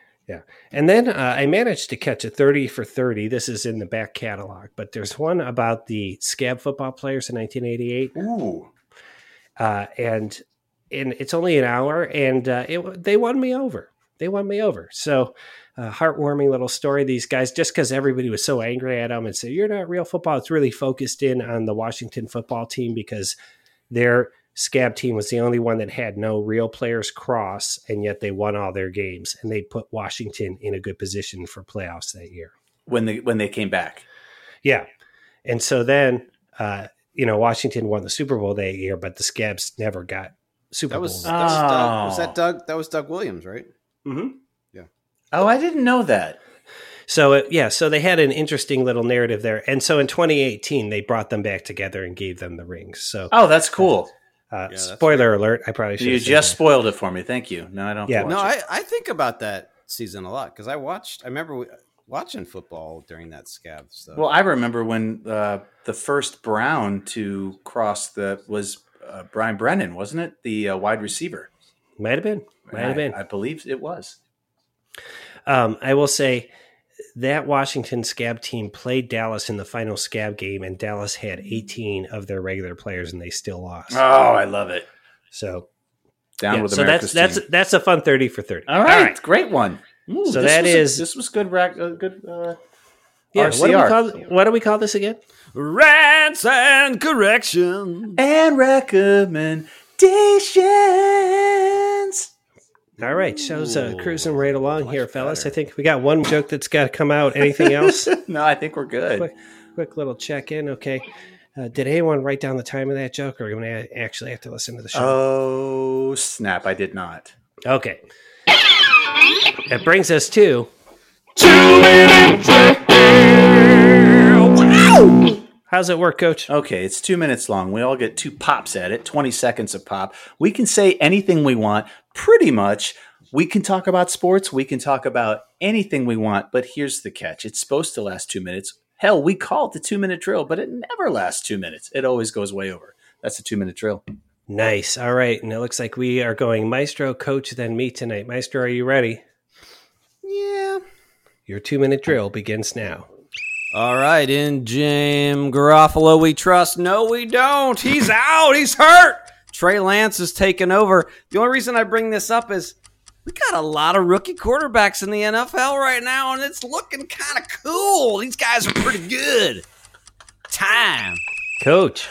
And then uh, I managed to catch a 30 for 30. This is in the back catalog, but there's one about the scab football players in 1988.
Ooh,
Uh, and, and it's only an hour, and uh, it, they won me over. They won me over. So, uh, heartwarming little story. These guys, just because everybody was so angry at them and said, You're not real football, it's really focused in on the Washington football team because their scab team was the only one that had no real players cross and yet they won all their games and they put washington in a good position for playoffs that year
when they when they came back,
yeah and so then uh you know washington won the super bowl that year but the scabs never got super
That was,
bowl
that was, Doug, was
Oh.
that Doug? That was Doug Williams, right?
Mhm.
Mm-hmm. oh, I didn't know that.
So uh, yeah, so they had an interesting little narrative there, and so in 2018 they brought them back together and gave them the rings. So
Oh, that's cool.
uh,
that's
spoiler alert, I probably should.
You
have said
just
that.
spoiled it for me. Thank you. No, I don't.
Yeah.
watch
No,
it.
I, I think about that season a lot because I watched. I remember we, watching football during that scab stuff.
Well, I remember when uh, the first Brown to cross the was uh, Brian Brennan, wasn't it? The uh, wide receiver.
might have been, might have
I,
been.
I believe it was.
Um, I will say that Washington scab team played Dallas in the final scab game, and Dallas had 18 of their regular players, and they still lost.
Oh, I love it.
so
Down
yeah,
with
so
America's
that's that's
team.
that's a fun 30 for 30.
all right, Great one. Ooh,
So
this
that
was a-
is-
this was good. Rack, uh, good. Uh,
Yeah, what do we
RCR.
call what do we call this again?
Rants and correction.
and recommendations.
All right, shows uh,
Ooh,
cruising right along
much
here, fellas.
better.
I think we got one joke that's got to come out. Anything else?
no, I think we're good.
quick, quick little check in. Okay, uh, did anyone write down the time of that joke, or are we gonna actually have to listen to the show?
Oh snap! I did not.
Uh, okay, that brings us to how's it work, Coach?
Okay, it's two minutes long. We all get two pops at it, 20 seconds a pop. We can say anything we want, pretty much. We can talk about sports, we can talk about anything we want, but here's the catch it's supposed to last two minutes. Hell, we call it the two minute drill, but it never lasts two minutes. It always goes way over. That's a two minute drill.
Nice. All right, and it looks like we are going Maestro, Coach, then me tonight. Maestro, are you ready?
yeah,
Your two minute drill begins now.
All right, in Jim Garofalo, we trust. No, we don't. He's out. He's hurt. Trey Lance has taken over. The only reason I bring this up is we got a lot of rookie quarterbacks in the NFL right now, and it's looking kind of cool. These guys are pretty good. Time.
Coach.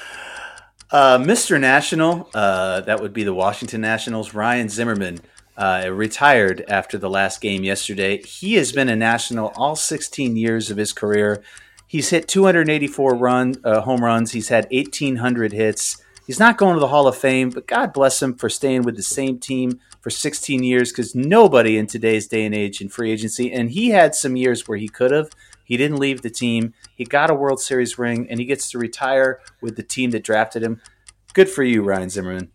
Uh, Mr. National, uh, that would be the Washington Nationals. Ryan Zimmerman uh, retired after the last game yesterday. He has been a National all 16 years of his career. He's hit 284 run uh, home runs. He's had 1,800 hits. He's not going to the Hall of Fame, but God bless him for staying with the same team for 16 years because nobody in today's day and age in free agency, and he had some years where he could have. He didn't leave the team. He got a World Series ring, and he gets to retire with the team that drafted him. Good for you, Ryan Zimmerman.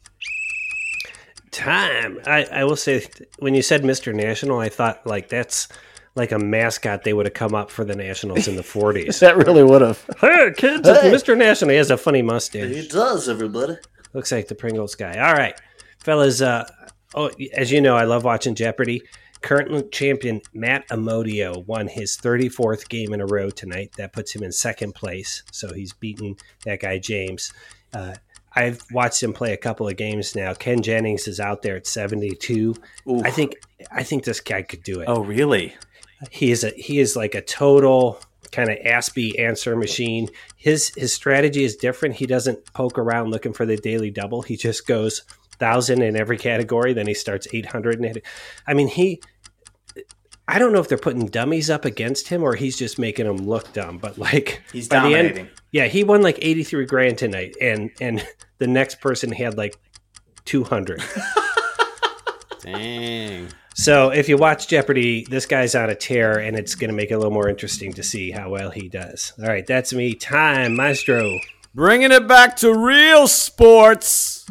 Time. I, I will say, when you said Mr. National, I thought, like, that's like a mascot they would have come up for the Nationals in the 40s.
That really would have.
hey, kids, it's Mr. National. He has a funny mustache.
does, everybody.
Looks like the Pringles guy. All right, fellas. Uh, oh, as you know, I love watching Jeopardy. Current champion Matt Amodio won his 34th game in a row tonight. That puts him in second place. So he's beaten that guy James. Uh, I've watched him play a couple of games now. Ken Jennings is out there at 72. I think I think this guy could do it.
Oh, really?
He is a he is like a total kind of Aspie answer machine. His his strategy is different. He doesn't poke around looking for the daily double. He just goes thousand in every category. Then he starts eight hundred and hit- I mean he. I don't know if they're putting dummies up against him or he's just making them look dumb. But like
He's
by the end-
dominating.
yeah, he won like eighty three grand tonight, and and the next person had like two hundred.
Dang.
So if you watch Jeopardy, this guy's on a tear, and it's going to make it a little more interesting to see how well he does. All right, that's me. Time, Maestro.
Bringing it back to real sports.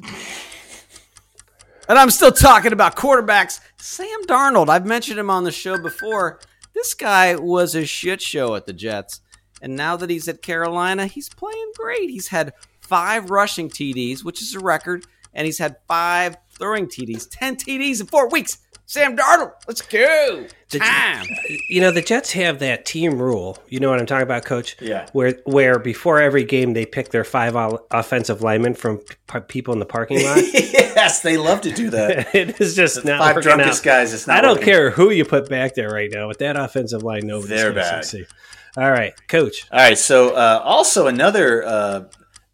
And I'm still talking about quarterbacks. Sam Darnold, I've mentioned him on the show before. This guy was a shit show at the Jets. And now that he's at Carolina, he's playing great. He's had five rushing TDs, which is a record, and he's had five throwing TDs, 10 TDs in four weeks. Sam Darnold, let's go.
The-
Time.
You know the Jets have that team rule. You know what I'm talking about, Coach?
Yeah.
Where where before every game they pick their five o- offensive linemen from p- people in the parking lot.
yes, they love to do that.
it is just
The
not
five
working
drunkest
out.
guys. It's not
I don't
working.
care who you put back there right now, but that offensive line, nobody's
They're
going to
bad.
succeed. All right, Coach.
All right. So uh, also another uh,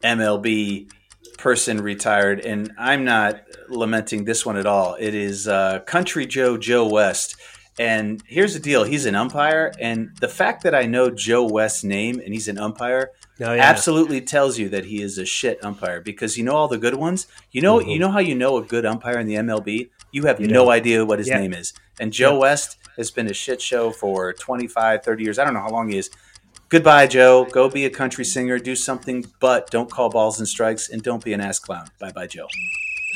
MLB person retired, and I'm not lamenting this one at all. It is uh, Country Joe Joe West. And here's the deal: he's an umpire, and the fact that I know Joe West's name and he's an umpire
No, Oh, yeah.
absolutely tells you that he is a shit umpire because you know all the good ones. You know,
Mm-hmm.
you know how you know a good umpire in the MLB. You have no idea what his
Yeah.
name is. And Joe West has been a shit show for 25, 30 years. I don't know how long he is. Goodbye, Joe. Go be a country singer. Do something, but don't call balls and strikes, and don't be an ass clown. Bye, bye, Joe.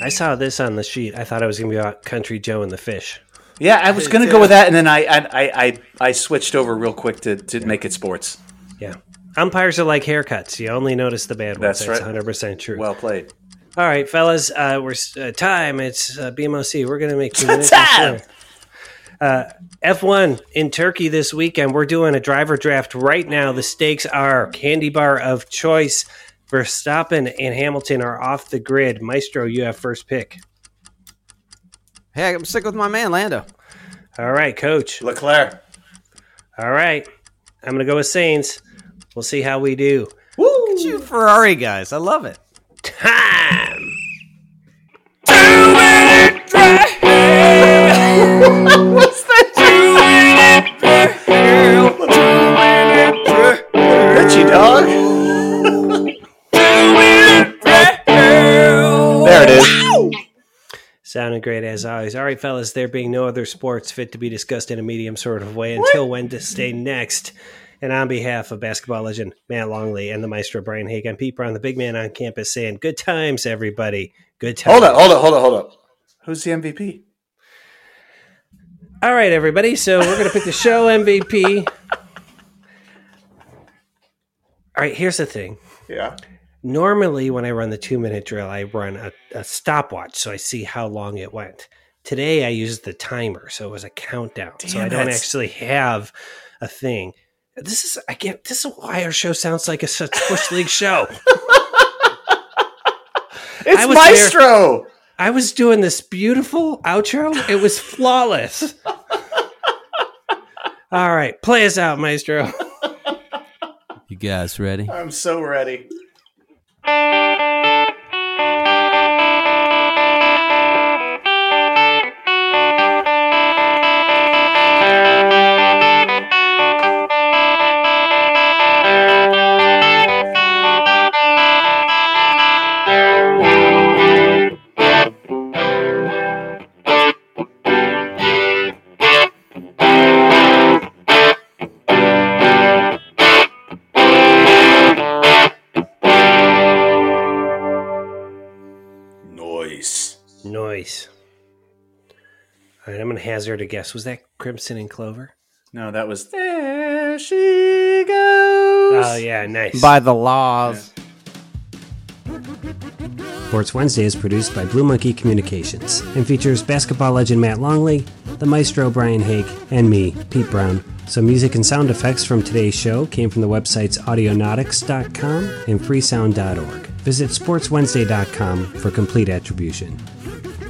I saw this on the sheet. I thought it was going to be about Country Joe and the Fish.
Yeah, I was gonna go with that, and then I I, I, I, I switched over real quick to, to make it sports.
Yeah. Umpires are like haircuts. You only notice the bad ones.
That's
That's,
right.
100% true.
Well played.
All right, fellas, uh, we're s- uh, time. It's uh, BMOC. We're going to make two minutes.
Time!
and four. Uh, F1 in Turkey this weekend. We're doing a driver draft right now. The stakes are candy bar of choice. Verstappen and Hamilton are off the grid. Maestro, you have first pick.
Hey, I'm sick with my man, Lando.
All right, coach.
Leclerc.
All right. I'm going to go with Saints. We'll see how we do.
Look at you Ferrari guys. I love it.
Time.
Richie dog. there it is.
Sounded great as always. All right, fellas, there being no other sports fit to be discussed in a medium sort of way until Wednesday next. And on behalf of basketball legend Matt Longley and the maestro Brian Haig, I'm Pete Brown, the big man on campus, saying good times, everybody. Good times.
Hold up, hold up, hold up, hold up. Who's the MVP?
All right, everybody. So we're going to pick the show MVP. All right, here's the thing.
Yeah.
normally when I run the two minute drill, I run a, a stopwatch so I see how long it went. Today I used the timer, so it was a countdown. so
Damn,
I don't
that's-
actually have a thing. This is I get this is why our show sounds like a such bush league show. I
It's
was there-
Maestro.
I was doing this beautiful outro. It was flawless. All right, play us out, Maestro.
You guys ready?
I'm so ready. Noise.
Noise. All right, I'm going to hazard a guess. Was that Crimson and Clover?
No, that was there she goes.
Oh, yeah, nice.
By the laws.
Sports Wednesday is produced by Blue Monkey Communications and features basketball legend Matt Longley, the maestro Brian Hake, and me, Pete Brown. Some music and sound effects from today's show came from the websites audionautics.com and freesound.org. Visit sportswednesday.com for complete attribution.